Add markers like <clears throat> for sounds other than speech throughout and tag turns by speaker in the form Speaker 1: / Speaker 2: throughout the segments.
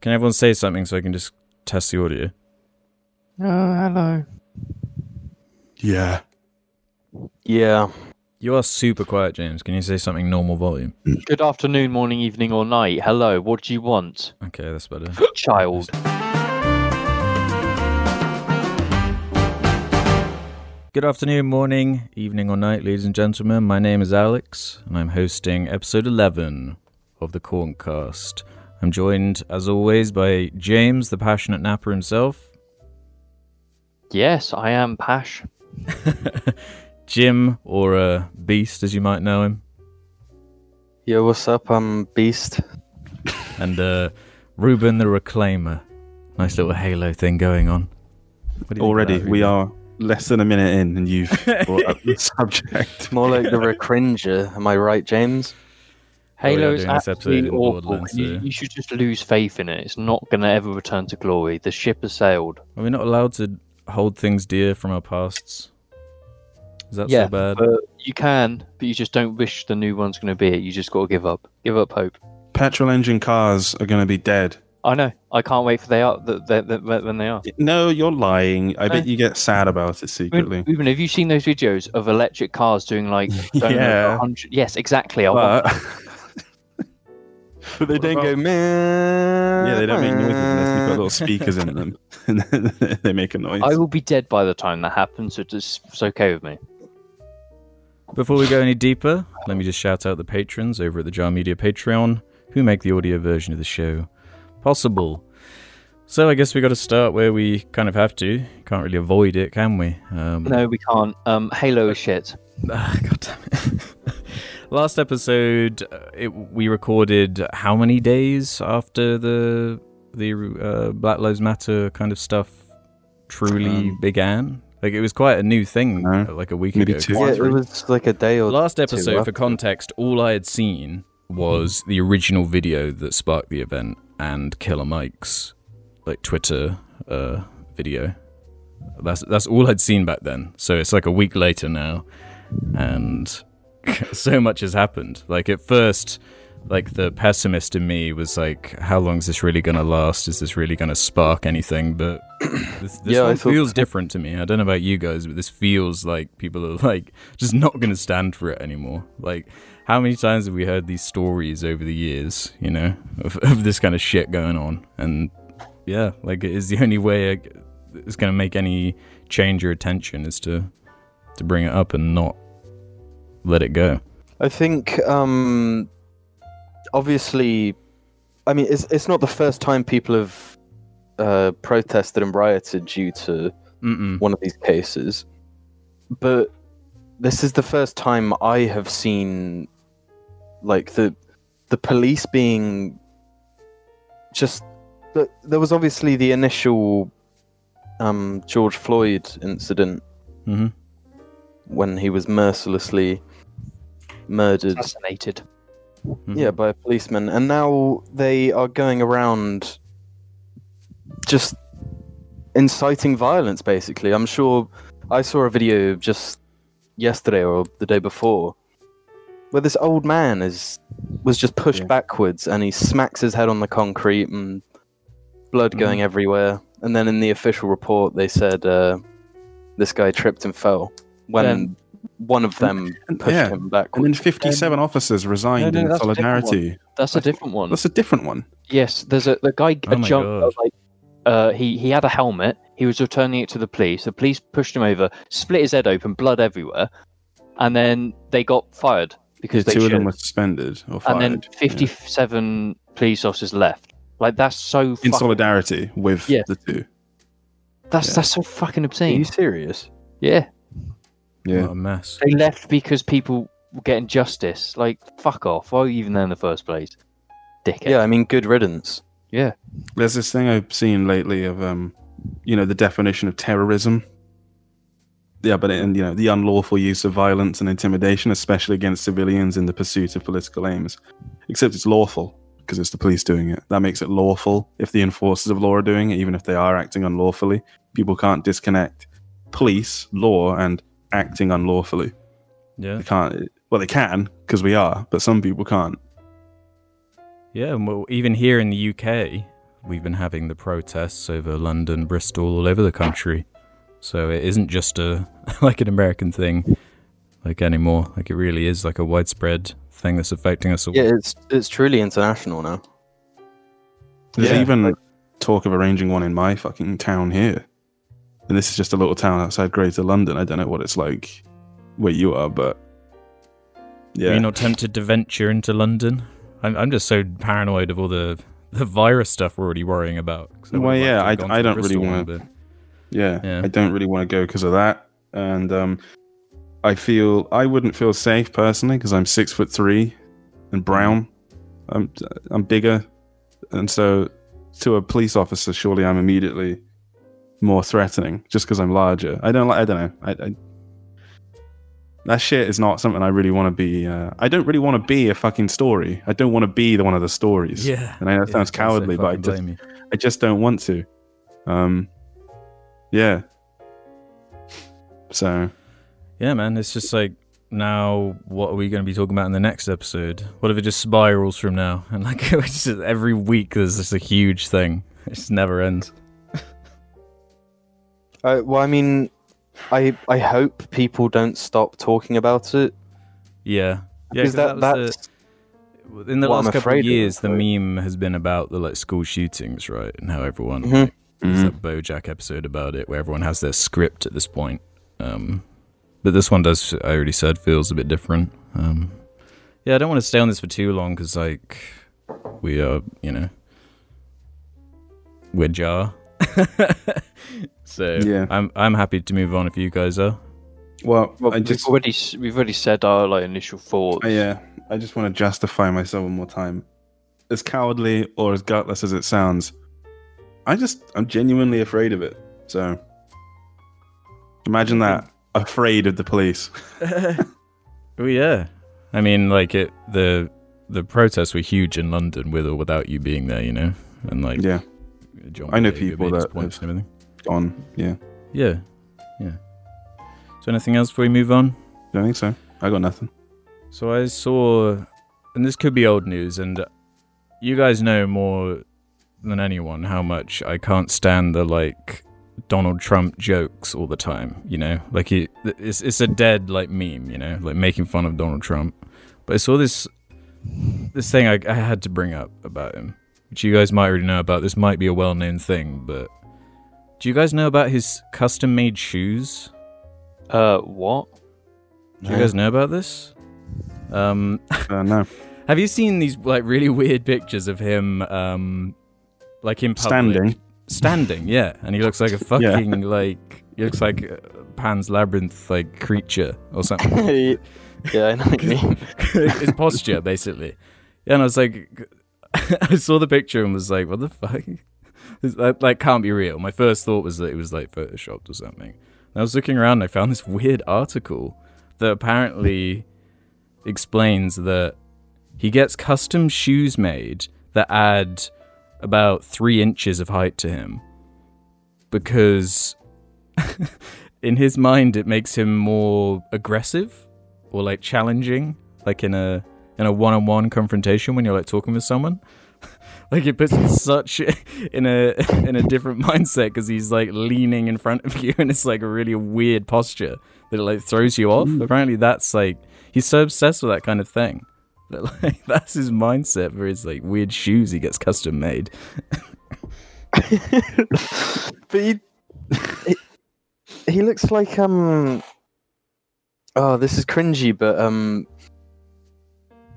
Speaker 1: Can everyone say something so I can just test the audio?
Speaker 2: Oh, hello.
Speaker 3: Yeah.
Speaker 4: Yeah.
Speaker 1: You are super quiet, James. Can you say something normal volume?
Speaker 4: Good afternoon, morning, evening, or night. Hello. What do
Speaker 1: <gasps>
Speaker 4: you want,
Speaker 1: Okay, that's
Speaker 3: <laughs>
Speaker 1: better.
Speaker 4: child?
Speaker 1: Good afternoon, morning, evening, or night, ladies and gentlemen. My name is Alex, and I'm hosting episode 11 of the Corncast. I'm joined, as always, by James, the passionate napper himself,
Speaker 4: Yes, I am Pash.
Speaker 1: Jim, or uh, Beast, as you might know him,
Speaker 5: Yo, what's up? I'm Beast.
Speaker 1: and uh, Ruben, the Reclaimer. Nice little Halo thing going on. What do you think of
Speaker 3: Already,
Speaker 1: that,
Speaker 3: we
Speaker 1: Ruben?
Speaker 3: are less than a minute in,
Speaker 4: <laughs>
Speaker 3: and you've brought up the subject.
Speaker 5: More like
Speaker 3: <laughs>
Speaker 5: the Recringer. Am I right, James?
Speaker 1: we are
Speaker 4: Halo is
Speaker 1: doing this episode
Speaker 4: absolutely
Speaker 1: in
Speaker 4: awful.
Speaker 1: Borderlands,
Speaker 4: You,
Speaker 1: so-
Speaker 4: you should just lose faith in it. It's not going to ever return to glory. The ship has sailed.
Speaker 1: Are we not allowed to hold things dear from our pasts? Is that
Speaker 4: yeah,
Speaker 1: so bad?
Speaker 4: but you can, but you just don't wish the new one's going to be it. You just got to give up. Give up hope.
Speaker 3: Petrol engine cars are going to be dead.
Speaker 4: I know. I can't wait for they are that that- that- that- when they are.
Speaker 3: No, you're lying. I bet
Speaker 4: Hey.
Speaker 3: you get sad about it
Speaker 4: Ruben, <laughs>
Speaker 3: secretly.
Speaker 4: Ruben, have you seen those videos of electric cars doing
Speaker 1: <laughs>
Speaker 4: like don't know,
Speaker 3: Yeah.
Speaker 4: 100 Yes, exactly. I want
Speaker 3: But
Speaker 5: But they
Speaker 3: What
Speaker 5: don't go
Speaker 3: about-
Speaker 5: man.
Speaker 4: uh,
Speaker 3: yeah, they don't make noises unless you've got little speakers in them, <laughs>
Speaker 4: <laughs>
Speaker 3: and then they make a noise.
Speaker 4: I will be dead by the time that happens, so just it's okay with me.
Speaker 1: Before we go any deeper, let me just shout out the patrons over at the Jar Media Patreon who make the audio version of the show possible. So I guess we got to start where we kind of have to. Can't really avoid it, can we? Um,
Speaker 4: No, we can't. Um, Halo is shit.
Speaker 1: Ah, God damn it. <laughs> Last episode, uh, it, we recorded how many days after the the uh, Black Lives Matter kind of stuff truly
Speaker 3: Um,
Speaker 1: began? Like it was quite a new thing,
Speaker 3: No.
Speaker 1: uh, like a week
Speaker 3: Maybe
Speaker 1: ago.
Speaker 3: two.
Speaker 5: Yeah, it was like a day or
Speaker 1: Last
Speaker 5: two
Speaker 1: episode, for
Speaker 5: after.
Speaker 1: context, all I had seen was
Speaker 3: Mm-hmm.
Speaker 1: the original video that sparked the event and Killer Mike's like Twitter uh, video. That's that's all I'd seen back then. So it's like a week later now, and <laughs> so much has happened. Like at first, like the pessimist in me was like, "How long is this really gonna last? Is this really gonna spark anything?" But <clears throat> this, this
Speaker 5: Yeah, I
Speaker 1: one
Speaker 5: thought-
Speaker 1: feels different to me. I don't know about you guys, but this feels like people are like just not gonna stand for it anymore. Like, how many times have we heard these stories over the years? You know, of, of this kind of shit going on, and yeah, like it is the only way I- it's gonna make any change or attention is to to bring it up and not let it go.
Speaker 5: I think um obviously I mean it's it's not the first time people have uh protested and rioted due to
Speaker 1: Mm-mm.
Speaker 5: one of these cases. But this is the first time I have seen like the the police being just th- there was obviously the initial um, George Floyd incident
Speaker 1: Mm-hmm.
Speaker 5: when he was mercilessly murdered
Speaker 4: Assassinated.
Speaker 5: yeah
Speaker 3: Mm-hmm.
Speaker 5: by a policeman and now they are going around just inciting violence basically i'm sure i saw a video just yesterday or the day before where this old man is was just pushed
Speaker 3: Yeah.
Speaker 5: backwards and he smacks his head on the concrete and blood going
Speaker 3: Mm.
Speaker 5: everywhere and then in the official report they said uh, this guy tripped and fell when
Speaker 4: Then-
Speaker 5: one of them pushed
Speaker 3: yeah.
Speaker 5: him
Speaker 3: And
Speaker 5: backwards
Speaker 3: then 57 officers resigned
Speaker 4: no,
Speaker 3: in
Speaker 4: that's a different
Speaker 3: solidarity.
Speaker 4: That's a different one.
Speaker 3: That's a different one.
Speaker 4: Yes, there's a the guy
Speaker 1: Oh
Speaker 4: a
Speaker 1: my
Speaker 4: jump
Speaker 1: God.
Speaker 4: like uh, he he had a helmet. He was returning it to the police. The police pushed him over, split his head open, blood everywhere, and then they got fired because
Speaker 3: Two
Speaker 4: they
Speaker 3: of them
Speaker 4: should.
Speaker 3: were suspended or
Speaker 4: and
Speaker 3: fired.
Speaker 4: then
Speaker 3: yeah.
Speaker 4: 57 police officers left. Like that's so
Speaker 3: in
Speaker 4: fuck-
Speaker 3: solidarity with
Speaker 4: Yeah.
Speaker 3: the two.
Speaker 4: that's
Speaker 3: yeah.
Speaker 4: that's so fucking
Speaker 5: are you
Speaker 4: obscene.
Speaker 5: serious
Speaker 4: Yeah,
Speaker 1: What a mess.
Speaker 4: they left because people were getting justice. Like fuck off. Why were you even there in the first place, dickhead?
Speaker 5: yeah i mean good riddance
Speaker 4: yeah.
Speaker 3: There's this thing I've seen lately of um, you know, the definition of terrorism. Yeah, but and you know, the unlawful use of violence and intimidation, especially against civilians in the pursuit of political aims. Except it's lawful because it's the police doing it. That makes it lawful if the enforcers of law are doing it, even if they are acting unlawfully. People can't disconnect police, law, and acting unlawfully.
Speaker 1: Yeah.
Speaker 3: They can't. Well, they can because we are, but some people can't.
Speaker 1: Yeah, and well, even here in the UK, we've been having the protests over London, Bristol, all over the country. So it isn't just a <laughs> like an American thing like anymore. Like it really is like a widespread thing that's affecting us all.
Speaker 5: Yeah, it's it's truly international now.
Speaker 3: There's
Speaker 5: Yeah.
Speaker 3: even talk of arranging one in my fucking town here. And this is just a little town outside Greater London. I don't know what it's like where you are, but yeah.
Speaker 1: Are you not tempted to venture into London? I'm, I'm just so paranoid of all the the virus stuff we're already worrying about. 'Cause I
Speaker 3: Well,
Speaker 1: would've liked
Speaker 3: yeah,
Speaker 1: to have
Speaker 3: I-
Speaker 1: gone
Speaker 3: I
Speaker 1: to the
Speaker 3: don't really
Speaker 1: Bristol one,
Speaker 3: wanna-
Speaker 1: but-
Speaker 3: Yeah,
Speaker 1: Yeah.
Speaker 3: I don't really want to go because of that, and um, I feel I wouldn't feel safe personally because I'm six foot three and brown. I'm I'm bigger, and so to a police officer, surely I'm immediately more threatening just because I'm larger. I don't like. I don't know. I, I that shit is not something I really want to be. Uh, I don't really want to be a fucking story. I don't want to be the one of the stories.
Speaker 1: Yeah.
Speaker 3: And I know that
Speaker 1: Yeah,
Speaker 3: sounds
Speaker 1: I can't say
Speaker 3: cowardly, but I
Speaker 1: fucking
Speaker 3: just
Speaker 1: blame you.
Speaker 3: I just don't want to. Um, yeah. So
Speaker 1: Yeah, man, it's just like now what are we going to be talking about in the next episode? What if it just spirals from now? <laughs> And like it's just, every week there's just a huge thing. It just never ends.
Speaker 5: Uh, well, I mean, I I hope people don't stop talking about it
Speaker 1: Yeah. Yeah,
Speaker 5: because that,
Speaker 1: was the-
Speaker 5: that's
Speaker 1: in the
Speaker 5: Well,
Speaker 1: last
Speaker 5: I'm
Speaker 1: couple of
Speaker 5: afraid of
Speaker 1: years,
Speaker 5: it,
Speaker 1: the
Speaker 5: so-
Speaker 1: meme has been about the like school shootings, right? And how everyone
Speaker 5: Mhm.
Speaker 1: like, there's
Speaker 3: Mhm.
Speaker 1: that BoJack episode about it, where everyone has their script at this point. Um, but this one does, I already said, feels a bit different. Um, yeah, I don't want to stay on this for too long because like we are, you know, we're jar. <laughs> so
Speaker 3: Yeah.
Speaker 1: I'm I'm happy to move on if you guys are.
Speaker 3: well,
Speaker 4: Well,
Speaker 3: I just
Speaker 4: we've already s- we've already said our like initial thoughts.
Speaker 3: I, yeah, I just want to justify myself one more time. As cowardly or as gutless as it sounds, I just I'm genuinely afraid of it. So imagine that afraid of the police. <laughs>
Speaker 1: Oh yeah, I mean, like it the the protests were huge in London with or without you being there, you know, and like
Speaker 3: Yeah,
Speaker 1: John
Speaker 3: I know
Speaker 1: Boyega made
Speaker 3: people
Speaker 1: his
Speaker 3: that
Speaker 1: points
Speaker 3: have-
Speaker 1: and everything.
Speaker 3: gone. Yeah,
Speaker 1: Yeah, yeah. So anything else before we move on?
Speaker 3: don't think so. I got nothing.
Speaker 1: So I saw, and this could be old news, and you guys know more than anyone how much I can't stand the like Donald Trump jokes all the time. You know, like it, it's it's a dead like meme. You know, like making fun of Donald Trump. But I saw this this thing I, I had to bring up about him, which you guys might already know about. This might be a well known thing, but do you guys know about his custom made shoes?
Speaker 4: Uh, what?
Speaker 1: Do you guys know about this? Um,
Speaker 3: Uh, no,
Speaker 1: Have you seen these like really weird pictures of him, um, like in public?
Speaker 3: standing.
Speaker 1: standing, yeah, and he looks like a
Speaker 3: <laughs> Yeah.
Speaker 1: fucking like he looks like a Pan's labyrinth like creature or something.
Speaker 5: <laughs> yeah, I know what you mean.
Speaker 1: <laughs> His posture, basically. Yeah, and I was like, <laughs> I saw the picture and was like, what the fuck? <laughs> This- That like can't be real. My first thought was that it was like photoshopped or something. And I was looking around and I found this <laughs> weird article that apparently explains that he gets custom shoes made that add about three inches of height to him because <laughs> in his mind it makes him more aggressive or like challenging like in a in a one-on-one confrontation when you're like talking with someone <laughs> like it puts <laughs> him such in a <laughs> in a different mindset because he's like leaning in front of <laughs> you and it's like a really weird posture that it like throws you off apparently that's like he's so obsessed with that kind of thing <laughs> that like that's his mindset for his like weird shoes he gets custom made
Speaker 5: But he, he, he looks like um. Oh, this is cringy, but um.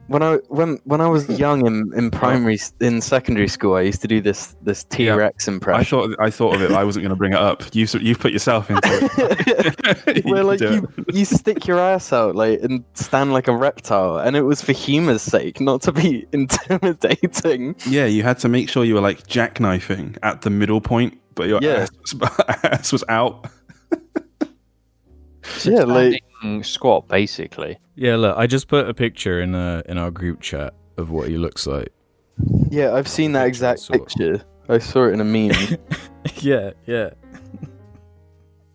Speaker 5: When I when when I was young in, in primary s- in secondary school, I used to do this this T Rex
Speaker 3: I
Speaker 5: impression.
Speaker 3: thought I thought of it. I wasn't going to bring it up. You s- you put yourself <laughs> into
Speaker 5: <laughs>
Speaker 3: it.
Speaker 5: Where
Speaker 3: can
Speaker 5: like
Speaker 3: do it.
Speaker 5: you, <laughs> you stick your ass out like and stand like a reptile, and it was for humor's sake, not to be <laughs> intimidating.
Speaker 3: Yeah, you had to make sure you were like jackknifing at the middle point, but your
Speaker 5: Yeah.
Speaker 3: ass, was, <laughs> ass was out.
Speaker 5: Yeah, like
Speaker 4: Mm, squat basically.
Speaker 1: Yeah, look, I just put a picture in uh in our group chat of what he looks like.
Speaker 5: yeah, I've seen that exact
Speaker 1: Sort of.
Speaker 5: picture. I saw it in a meme.
Speaker 1: <laughs> yeah, yeah. <laughs>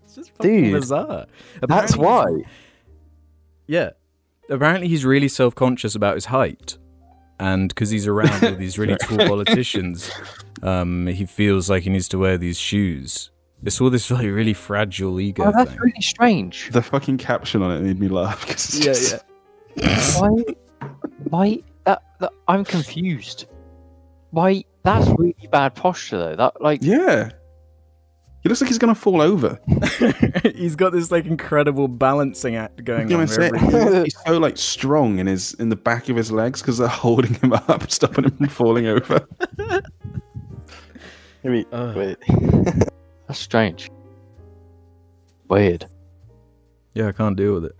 Speaker 1: it's just fucking
Speaker 5: Dude,
Speaker 1: bizarre.
Speaker 5: <laughs> That's
Speaker 1: Apparently-
Speaker 5: why.
Speaker 1: Yeah. Apparently he's really self-conscious about his height. and because he's around all these
Speaker 4: <laughs>
Speaker 1: really tall politicians, um, he feels like he needs to wear these shoes. It's all this like really fragile ego
Speaker 4: Oh, that's
Speaker 1: thing.
Speaker 4: really strange. <laughs>
Speaker 3: The fucking caption on it made me laugh. 'cause it's
Speaker 1: Yeah,
Speaker 3: just-
Speaker 4: why? Why? That, that I'm confused. Why? That's really bad posture, though. That like
Speaker 3: yeah. He looks like he's gonna fall over.
Speaker 1: <laughs> he's got this like incredible balancing act going
Speaker 3: You know
Speaker 1: on.
Speaker 3: what I'm
Speaker 1: wherever he-
Speaker 3: saying? he's so like strong in his in the back of his legs because they're holding him <laughs> up, stopping him from falling over.
Speaker 5: Wait,
Speaker 1: Ugh.
Speaker 5: wait. <laughs>
Speaker 4: that's strange. Weird.
Speaker 1: Yeah, I can't deal with it.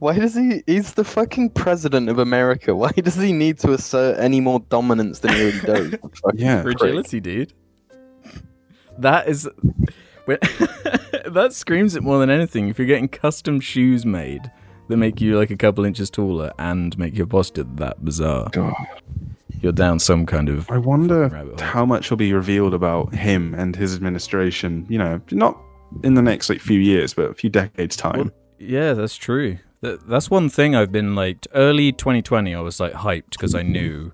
Speaker 5: Why does he? He's the fucking president of America. Why <laughs> does he need to assert any more dominance than he already does?
Speaker 1: <laughs>
Speaker 5: Fucking
Speaker 3: Yeah.
Speaker 5: prick.
Speaker 1: Fragility, dude. That is. when- <laughs> that screams it more than anything. If you're getting custom shoes made that make you like a couple inches taller and make your posture that bizarre,
Speaker 3: God.
Speaker 1: you're down some kind of.
Speaker 3: I wonder
Speaker 1: rabbit hole.
Speaker 3: how much will be revealed about him and his administration. You know, not in the next like few years, but a few decades time.
Speaker 1: Yeah, that's true. That, that's one thing I've been like. Early 2020, I was like hyped because I knew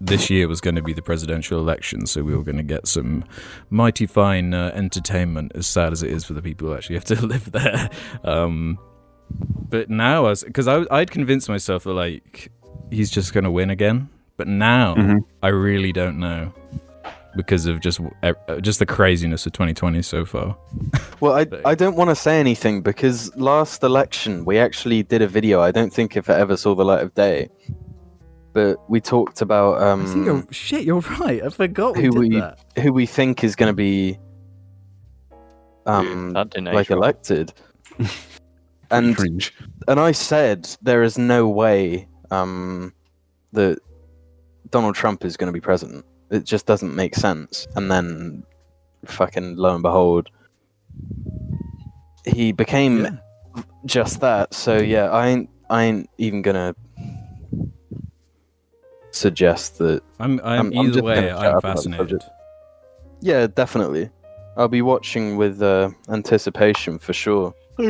Speaker 1: this year was going to be the presidential election, so we were going to get some mighty fine uh, entertainment. As sad as it is for the people who actually have to <laughs> live there, um, but now I was because I I'd convinced myself that like he's just going to win again, but now
Speaker 3: Mhm.
Speaker 1: I really don't know because of just w- uh, just the craziness of 2020 so far.
Speaker 5: Well, I,
Speaker 1: But-
Speaker 5: I don't want to say anything because last election we actually did a video. I don't think if it ever saw the light of day, but we talked about
Speaker 1: I think
Speaker 5: um,
Speaker 1: you're, shit, you're right. I forgot we
Speaker 5: Who
Speaker 1: did
Speaker 5: we-
Speaker 1: that.
Speaker 5: who we think is going to be um,
Speaker 4: That didn't
Speaker 5: like
Speaker 4: age well.
Speaker 5: elected, and
Speaker 3: Cringe.
Speaker 5: and I said there is no way um, that Donald Trump is going to be president. It just doesn't make sense. And then, fucking lo and behold, he became
Speaker 1: Yeah.
Speaker 5: just that. So yeah, I ain't, I ain't even gonna suggest that.
Speaker 1: I'm, I'm,
Speaker 5: I'm- I'm
Speaker 1: either
Speaker 5: just
Speaker 1: way,
Speaker 5: gonna shut
Speaker 1: I'm
Speaker 5: up about the
Speaker 1: fascinated.
Speaker 5: subject. Yeah, definitely. I'll be watching with uh, anticipation for sure.
Speaker 4: I,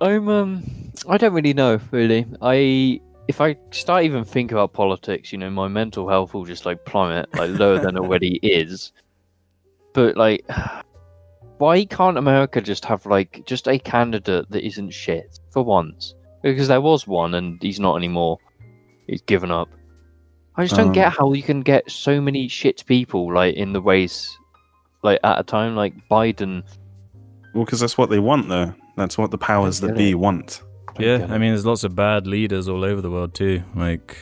Speaker 4: I, I'm um I don't really know really. I if I start even think about politics, you know, my mental health will just like plummet like lower than it already is. But like why can't America just have like just a candidate that isn't shit for once? Because there was one and he's not anymore. He's given up. I just don't
Speaker 3: Um,
Speaker 4: get how you can get so many shit people like in the race like at a time like Biden
Speaker 3: Well, because that's what they want, though. That's what the powers that be want.
Speaker 1: Yeah, I mean, there's lots of bad leaders all over the world too. Like,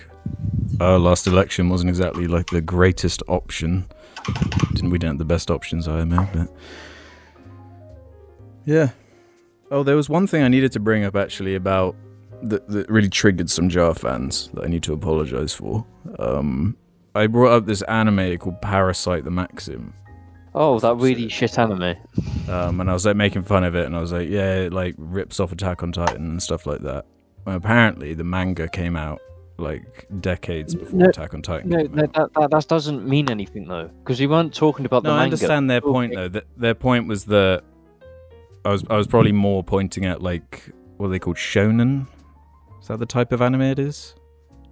Speaker 1: our last election wasn't exactly like the greatest option. Didn't we? Didn't have the best options, IMO, but yeah. Oh, there was one thing I needed to bring up actually about that, that really triggered some Jar fans that I need to apologize for. Um, I brought up this anime called Parasite the Maxim.
Speaker 4: Oh, that really shit anime.
Speaker 1: um, and I was like making fun of it, and I was like, yeah, it like rips off Attack on Titan and stuff like that. And apparently, the manga came out like decades before
Speaker 4: No,
Speaker 1: Attack on Titan.
Speaker 4: No,
Speaker 1: came out.
Speaker 4: no that, that, that doesn't mean anything though, because we weren't talking about
Speaker 1: No,
Speaker 4: the
Speaker 1: I
Speaker 4: manga.
Speaker 1: understand their point though. That their point was that I was I was probably more pointing at like what are they called shonen. Is that the type of anime it is?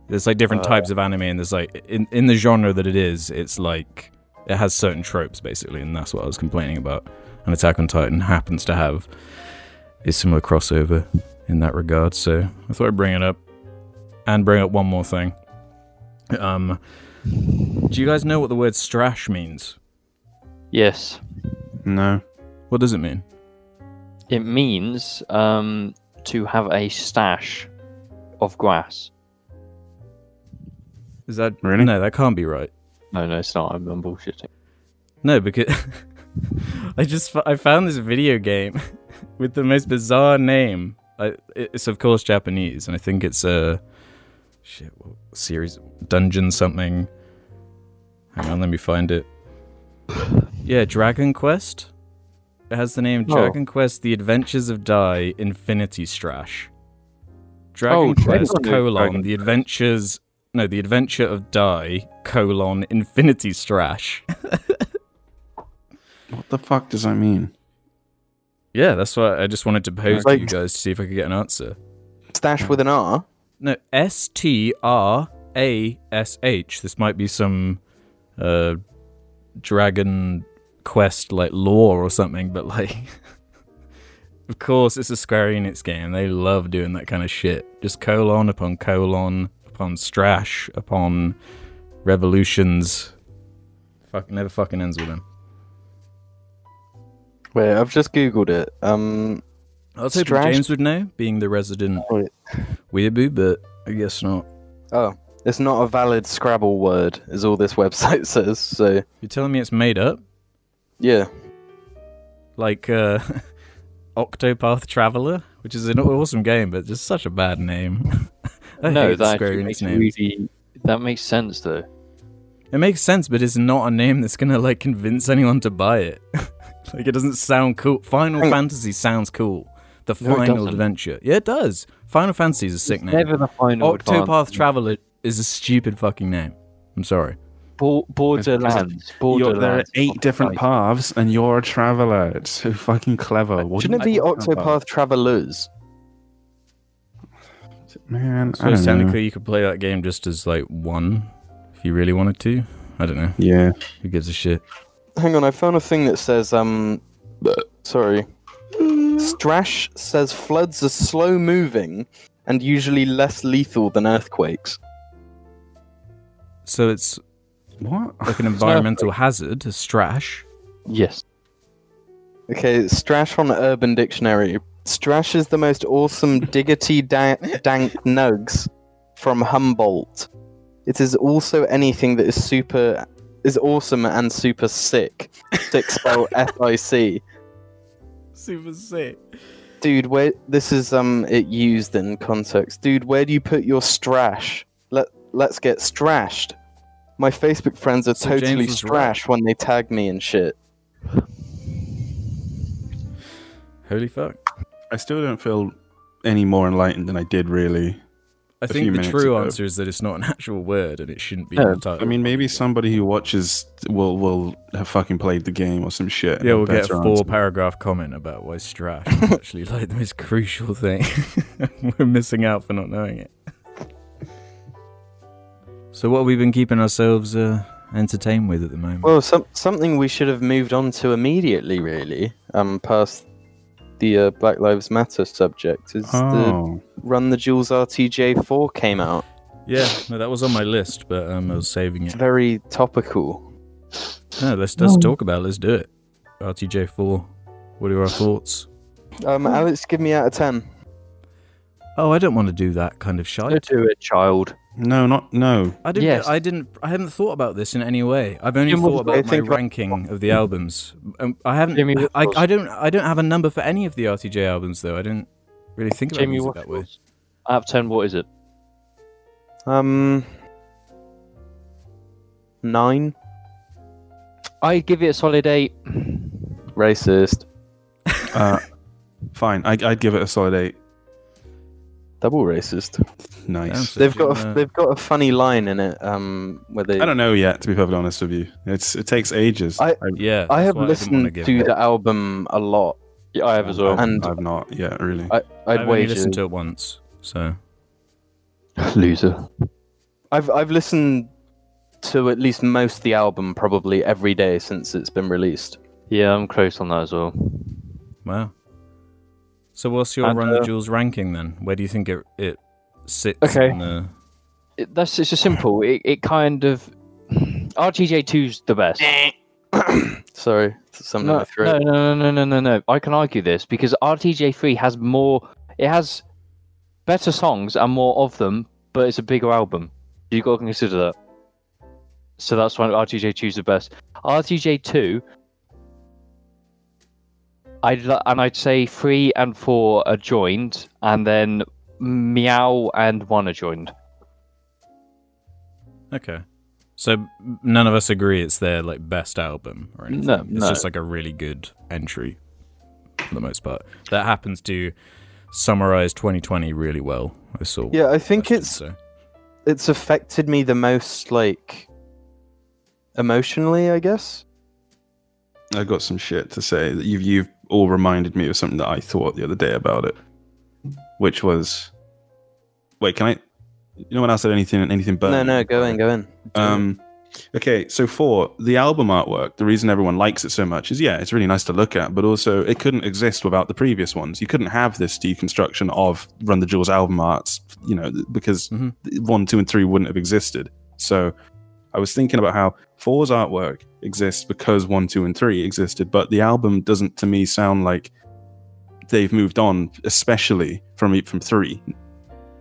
Speaker 1: There's like different
Speaker 4: Uh,
Speaker 1: types of anime, and there's like in in the genre that it is, it's like it has certain tropes basically, and that's what I was complaining about. And Attack on Titan happens to have a similar crossover in that regard, so I thought I'd bring it up and bring up one more thing. Um, do you guys know what the word strash means?
Speaker 4: Yes,
Speaker 3: No.
Speaker 1: What does it mean?
Speaker 4: it means um, to have a stash of grass.
Speaker 1: Is that
Speaker 3: Really?
Speaker 1: No, that can't be right.
Speaker 4: No, no, it's not. I'm, I'm bullshitting.
Speaker 1: No, because <laughs> I just f- I found this video game <laughs> with the most bizarre name. I, it's of course Japanese, and I think it's a shit what series dungeon something. Hang on, let me find it. <sighs> Yeah, Dragon Quest. It has the name
Speaker 4: Oh.
Speaker 1: Dragon Quest: The Adventures of Dai Infinity Strash. Dragon
Speaker 4: Oh, Dragon
Speaker 1: Quest
Speaker 4: Quest.
Speaker 1: colon
Speaker 4: Dragon
Speaker 1: The Adventures. No, The Adventure of Dai colon Infinity Strash.
Speaker 3: What the fuck does that mean?
Speaker 1: Yeah, that's why I just wanted to pose to
Speaker 5: Like-
Speaker 1: you guys to see if I could get an answer.
Speaker 5: Stash with an R.
Speaker 1: No, S T R A S H. This might be some uh, Dragon Quest like lore or something, but like, <laughs> of course, it's a Square Enix game. They love doing that kind of shit. Just colon upon colon upon strash upon revolutions. Fuck, never fucking ends with them.
Speaker 5: Wait, I've just googled it. Um,
Speaker 1: I was hoping
Speaker 5: Strash-
Speaker 1: James would know, being the resident
Speaker 5: Wait.
Speaker 1: weeaboo, but I guess not.
Speaker 5: oh, it's not a valid Scrabble word, is all this <laughs> website says. So
Speaker 1: You're telling me it's made up?
Speaker 5: yeah,
Speaker 1: like uh, <laughs> Octopath Traveler, which is an awesome game, but just such a bad name. <laughs> I
Speaker 4: no,
Speaker 1: hate
Speaker 4: that
Speaker 1: Square
Speaker 4: actually
Speaker 1: Enix
Speaker 4: makes
Speaker 1: names.
Speaker 4: really, that makes sense though.
Speaker 1: It makes sense, but it's not a name that's gonna like convince anyone to buy it. <laughs> like it doesn't sound cool. Final
Speaker 5: Hang on.
Speaker 1: Fantasy sounds cool. The
Speaker 4: No, it
Speaker 1: Final
Speaker 4: doesn't.
Speaker 1: Adventure. Yeah, it does. Final Fantasy is a sick name.
Speaker 4: Never the final
Speaker 1: Octopath
Speaker 4: advance.
Speaker 1: Traveler is a stupid fucking name. I'm sorry.
Speaker 4: Bo- Borderlands.
Speaker 3: You're- there are
Speaker 4: Borderlands.
Speaker 3: eight different
Speaker 4: Like,
Speaker 3: paths, and you're a traveler. It's so fucking clever. What
Speaker 5: shouldn't it
Speaker 3: do you
Speaker 5: be
Speaker 3: think about
Speaker 5: Octopath Travelers?
Speaker 3: it? Man, I
Speaker 1: So
Speaker 3: don't know.
Speaker 1: technically, you could play that game just as like one, if you really wanted to. I don't know.
Speaker 3: Yeah.
Speaker 1: Who gives a shit?
Speaker 5: Hang on, I found a thing that says um, sorry. Strash says floods are slow moving and usually less lethal than earthquakes.
Speaker 1: So it's
Speaker 3: What?
Speaker 1: <laughs> like an environmental hazard, a strash.
Speaker 4: Yes.
Speaker 5: Okay, Strash on Urban Dictionary. Strash is the
Speaker 1: <laughs>
Speaker 5: most awesome diggity da- dank nugs from Humboldt. It is also anything that is super is awesome and super sick.
Speaker 1: <laughs>
Speaker 5: Sick spell F I C.
Speaker 1: Super sick.
Speaker 5: Dude, where this is um it used in context. Dude, where do you put your strash? Let let's get strashed. My Facebook friends are
Speaker 1: So James
Speaker 5: totally
Speaker 1: was right.
Speaker 5: strash when they tag me and shit.
Speaker 1: Holy fuck.
Speaker 3: I still don't feel any more enlightened than I did, really.
Speaker 1: I
Speaker 3: few
Speaker 1: think the
Speaker 3: minutes
Speaker 1: true
Speaker 3: ago.
Speaker 1: answer is that it's not an <laughs> actual word and it shouldn't be
Speaker 4: Yeah,
Speaker 1: in the title.
Speaker 3: I mean, maybe somebody who watches will will have fucking played the game or some shit. and
Speaker 1: yeah,
Speaker 3: have
Speaker 1: we'll get a
Speaker 3: better
Speaker 1: four
Speaker 3: answer.
Speaker 1: paragraph comment about why strash is
Speaker 3: <laughs>
Speaker 1: actually like the most crucial thing. <laughs> We're missing out for not knowing it. So, what have we been keeping ourselves uh, entertained with at the moment?
Speaker 5: Well, some, something we should have moved on to immediately, really, um, past the uh, Black Lives Matter subject is the
Speaker 3: Oh,
Speaker 5: Run the Jewels RTJ4 came out.
Speaker 1: yeah, no, that was on my list, but um, I was saving
Speaker 5: It's
Speaker 1: it.
Speaker 5: very topical.
Speaker 1: No, let's, let's talk about it. Let's do it. RTJ4, what are our thoughts?
Speaker 5: Um, Alex, give me out of 10.
Speaker 1: Oh, I don't want to do that kind of shite.
Speaker 4: Go to it, child.
Speaker 3: no, not no.
Speaker 1: I didn't.
Speaker 4: Yes.
Speaker 1: I didn't. I haven't thought about this in any way. I've only
Speaker 5: Jim, what
Speaker 1: thought
Speaker 5: do you
Speaker 1: about my
Speaker 5: think about-
Speaker 1: ranking of the albums. Um, I haven't.
Speaker 4: Jimmy, what
Speaker 1: I,
Speaker 4: was-
Speaker 1: I don't. I don't have a number for any of the RTJ albums, though. I don't really think about
Speaker 4: Jamie,
Speaker 1: music
Speaker 4: what
Speaker 1: that way.
Speaker 4: out of ten? What is it?
Speaker 5: Um, 9.
Speaker 4: I give it a solid eight.
Speaker 5: Racist.
Speaker 3: Uh, <laughs> fine, I, I'd give it a solid eight.
Speaker 5: Double racist.
Speaker 3: Nice.
Speaker 1: Sounds-
Speaker 5: They've got
Speaker 1: Jim,
Speaker 5: a,
Speaker 1: uh,
Speaker 5: they've got a funny line in it um, where they.
Speaker 3: I don't know yet, to be perfectly honest with you. It's it takes ages.
Speaker 5: I-
Speaker 1: Yeah,
Speaker 5: I
Speaker 1: that's
Speaker 5: have
Speaker 1: why didn't wanna
Speaker 5: listened
Speaker 1: give
Speaker 5: to
Speaker 1: it.
Speaker 5: the album a lot.
Speaker 4: Yeah, I have as
Speaker 1: <laughs>
Speaker 4: well.
Speaker 5: And-
Speaker 3: I've not yet really.
Speaker 5: I,
Speaker 1: I've
Speaker 5: I'd
Speaker 1: only
Speaker 5: wager.
Speaker 1: listened to it once. So
Speaker 4: Loser.
Speaker 5: I've I've listened to at least most of the album probably every day since it's been released.
Speaker 4: Yeah, I'm close on that as well.
Speaker 1: wow. So what's your
Speaker 4: And,
Speaker 1: Run the
Speaker 4: uh,
Speaker 1: Jewels ranking then? Where do you think it it sits?
Speaker 4: Okay.
Speaker 1: In the...
Speaker 4: It, that's it's a simple. It, it kind of RTJ 2's the best.
Speaker 5: Sorry, something
Speaker 4: No, no, no, no, no, no, no, no. I can argue this because RTJ three has more. It has better songs and more of them, but it's a bigger album. You got to consider that. So that's why RTJ two's the best. RTJ two. I and I'd say three and four are joined, and then meow and one are joined.
Speaker 1: Okay. So none of us agree it's their like best album or anything.
Speaker 4: No,
Speaker 1: it's
Speaker 4: no.
Speaker 1: just like a really good entry for the most part. That happens to summarize 2020 really well. I saw.
Speaker 5: Yeah, I think
Speaker 1: questions,
Speaker 5: it's
Speaker 1: so.
Speaker 5: it's affected me the most like emotionally, I guess.
Speaker 3: I've got some shit to say. That You've you've all reminded me of something that I thought the other day about it, which was, wait, can I? No one else said anything. Anything but
Speaker 5: no, no, go in, go in.
Speaker 3: Um, okay, so for the album artwork, the reason everyone likes it so much is yeah, it's really nice to look at, but also it couldn't exist without the previous ones. You couldn't have this deconstruction of Run the Jewels album arts, you know, th- because
Speaker 5: Mm-hmm.
Speaker 1: Mhm.
Speaker 3: th- one, two, and three wouldn't have existed. So I was thinking about how four's artwork exists because one, two, and three existed, but the album doesn't to me sound like they've moved on, especially from e, from three.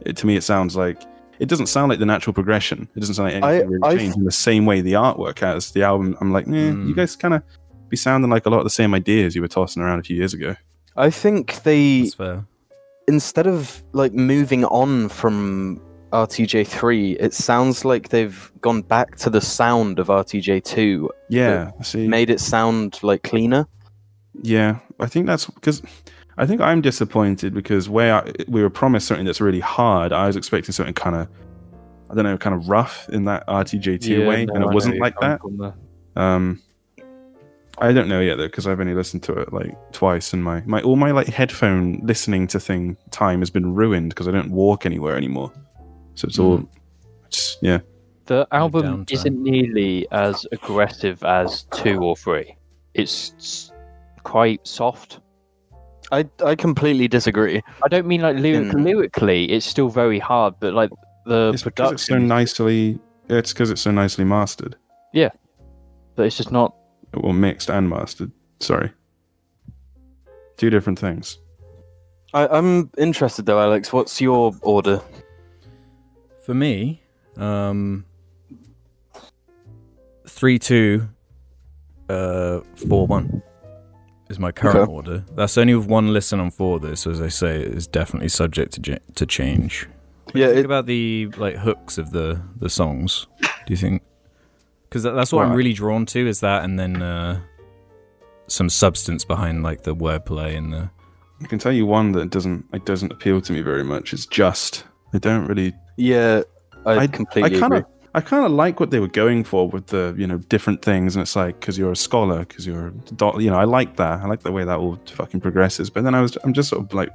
Speaker 3: It, to me, it sounds like it doesn't sound like the natural progression. It doesn't sound like
Speaker 5: I-
Speaker 3: anything really
Speaker 5: I've-
Speaker 3: changed in the same way the artwork has the album. I'm like, eh, you
Speaker 1: Mm.
Speaker 3: guys kind of be sounding like a lot of the same ideas you were tossing around a few years ago.
Speaker 5: I think they
Speaker 1: That's fair.
Speaker 5: instead of like moving on from RTJ3, it sounds like they've gone back to the sound of RTJ2,
Speaker 3: Yeah, I see.
Speaker 5: made it sound like cleaner.
Speaker 3: Yeah, I think that's because I think I'm disappointed because where I, we were promised something that's really hard, I was expecting something kind of, I don't know, kind of rough in that RTJ2 way, and it wasn't like that. Um, I don't know yet though because I've only listened to it like twice, and my my all my like headphone listening to thing time has been ruined because I don't walk anywhere anymore. So it's
Speaker 4: Hmm.
Speaker 3: all just yeah.
Speaker 4: The album
Speaker 1: downtime.
Speaker 4: isn't nearly as aggressive as two or three. It's s- quite soft.
Speaker 5: I, I completely disagree.
Speaker 4: I don't mean like lyric-
Speaker 5: Mm.
Speaker 4: lyrically. It's still very hard, but like the
Speaker 3: Hmm. It's because
Speaker 4: production,
Speaker 3: it's so nicely. It's because it's so nicely mastered,
Speaker 4: but it's just not.
Speaker 3: well mixed and mastered. Sorry, two different things.
Speaker 5: I, I'm interested though, Alex. What's your order?
Speaker 1: For me, um, three two, uh, four one is my current
Speaker 5: Okay.
Speaker 1: order. That's only with one listen on four. Though, so as I say, it is definitely subject to j- to change. What do you
Speaker 5: Yeah,
Speaker 1: think
Speaker 5: it-
Speaker 1: about the like hooks of the the songs. Do you think? Because that, that's what I'm
Speaker 3: Right.
Speaker 1: really drawn to is that, and then uh, some substance behind like the wordplay and the
Speaker 3: I can tell you one that doesn't it doesn't appeal to me very much. It's just I don't really
Speaker 5: Yeah, I,
Speaker 3: I-
Speaker 5: completely
Speaker 3: I kind
Speaker 5: agree.
Speaker 3: of I kind of like what they were going for with the you know different things, and it's like because you're a scholar, because you're a doc, you know I like that. I like the way that all fucking progresses. But then I was I'm just sort of like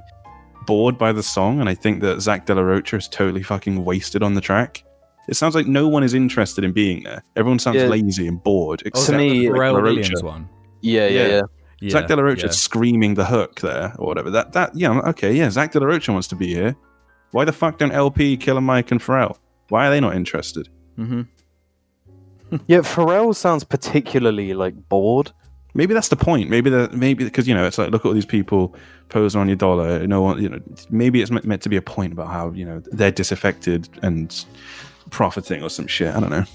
Speaker 3: bored by the song, and I think that Zach De La Rocha is totally fucking wasted on the track. It sounds like no one is interested in being there. Everyone sounds
Speaker 5: Yeah.
Speaker 3: lazy and bored. Except
Speaker 5: me,
Speaker 1: the
Speaker 3: for
Speaker 1: Pharrell
Speaker 3: De La
Speaker 1: Williams
Speaker 3: Rocha.
Speaker 1: one.
Speaker 5: Yeah, yeah,
Speaker 3: Yeah.
Speaker 5: yeah.
Speaker 1: Yeah,
Speaker 3: Zach De La Rocha
Speaker 1: yeah.
Speaker 3: screaming the hook there or whatever. That that yeah I'm like, okay yeah Zach De La Rocha wants to be here. Why the fuck don't LP Killer Mike and Pharrell? Why are they not interested?
Speaker 1: Mhm.
Speaker 5: Yeah, Pharrell sounds particularly like bored.
Speaker 3: Maybe that's the point. Maybe that maybe because you know it's like look at all these people posing on your dollar. No one, you know, maybe it's me- meant to be a point about how you know they're disaffected and profiting or some shit. I don't know.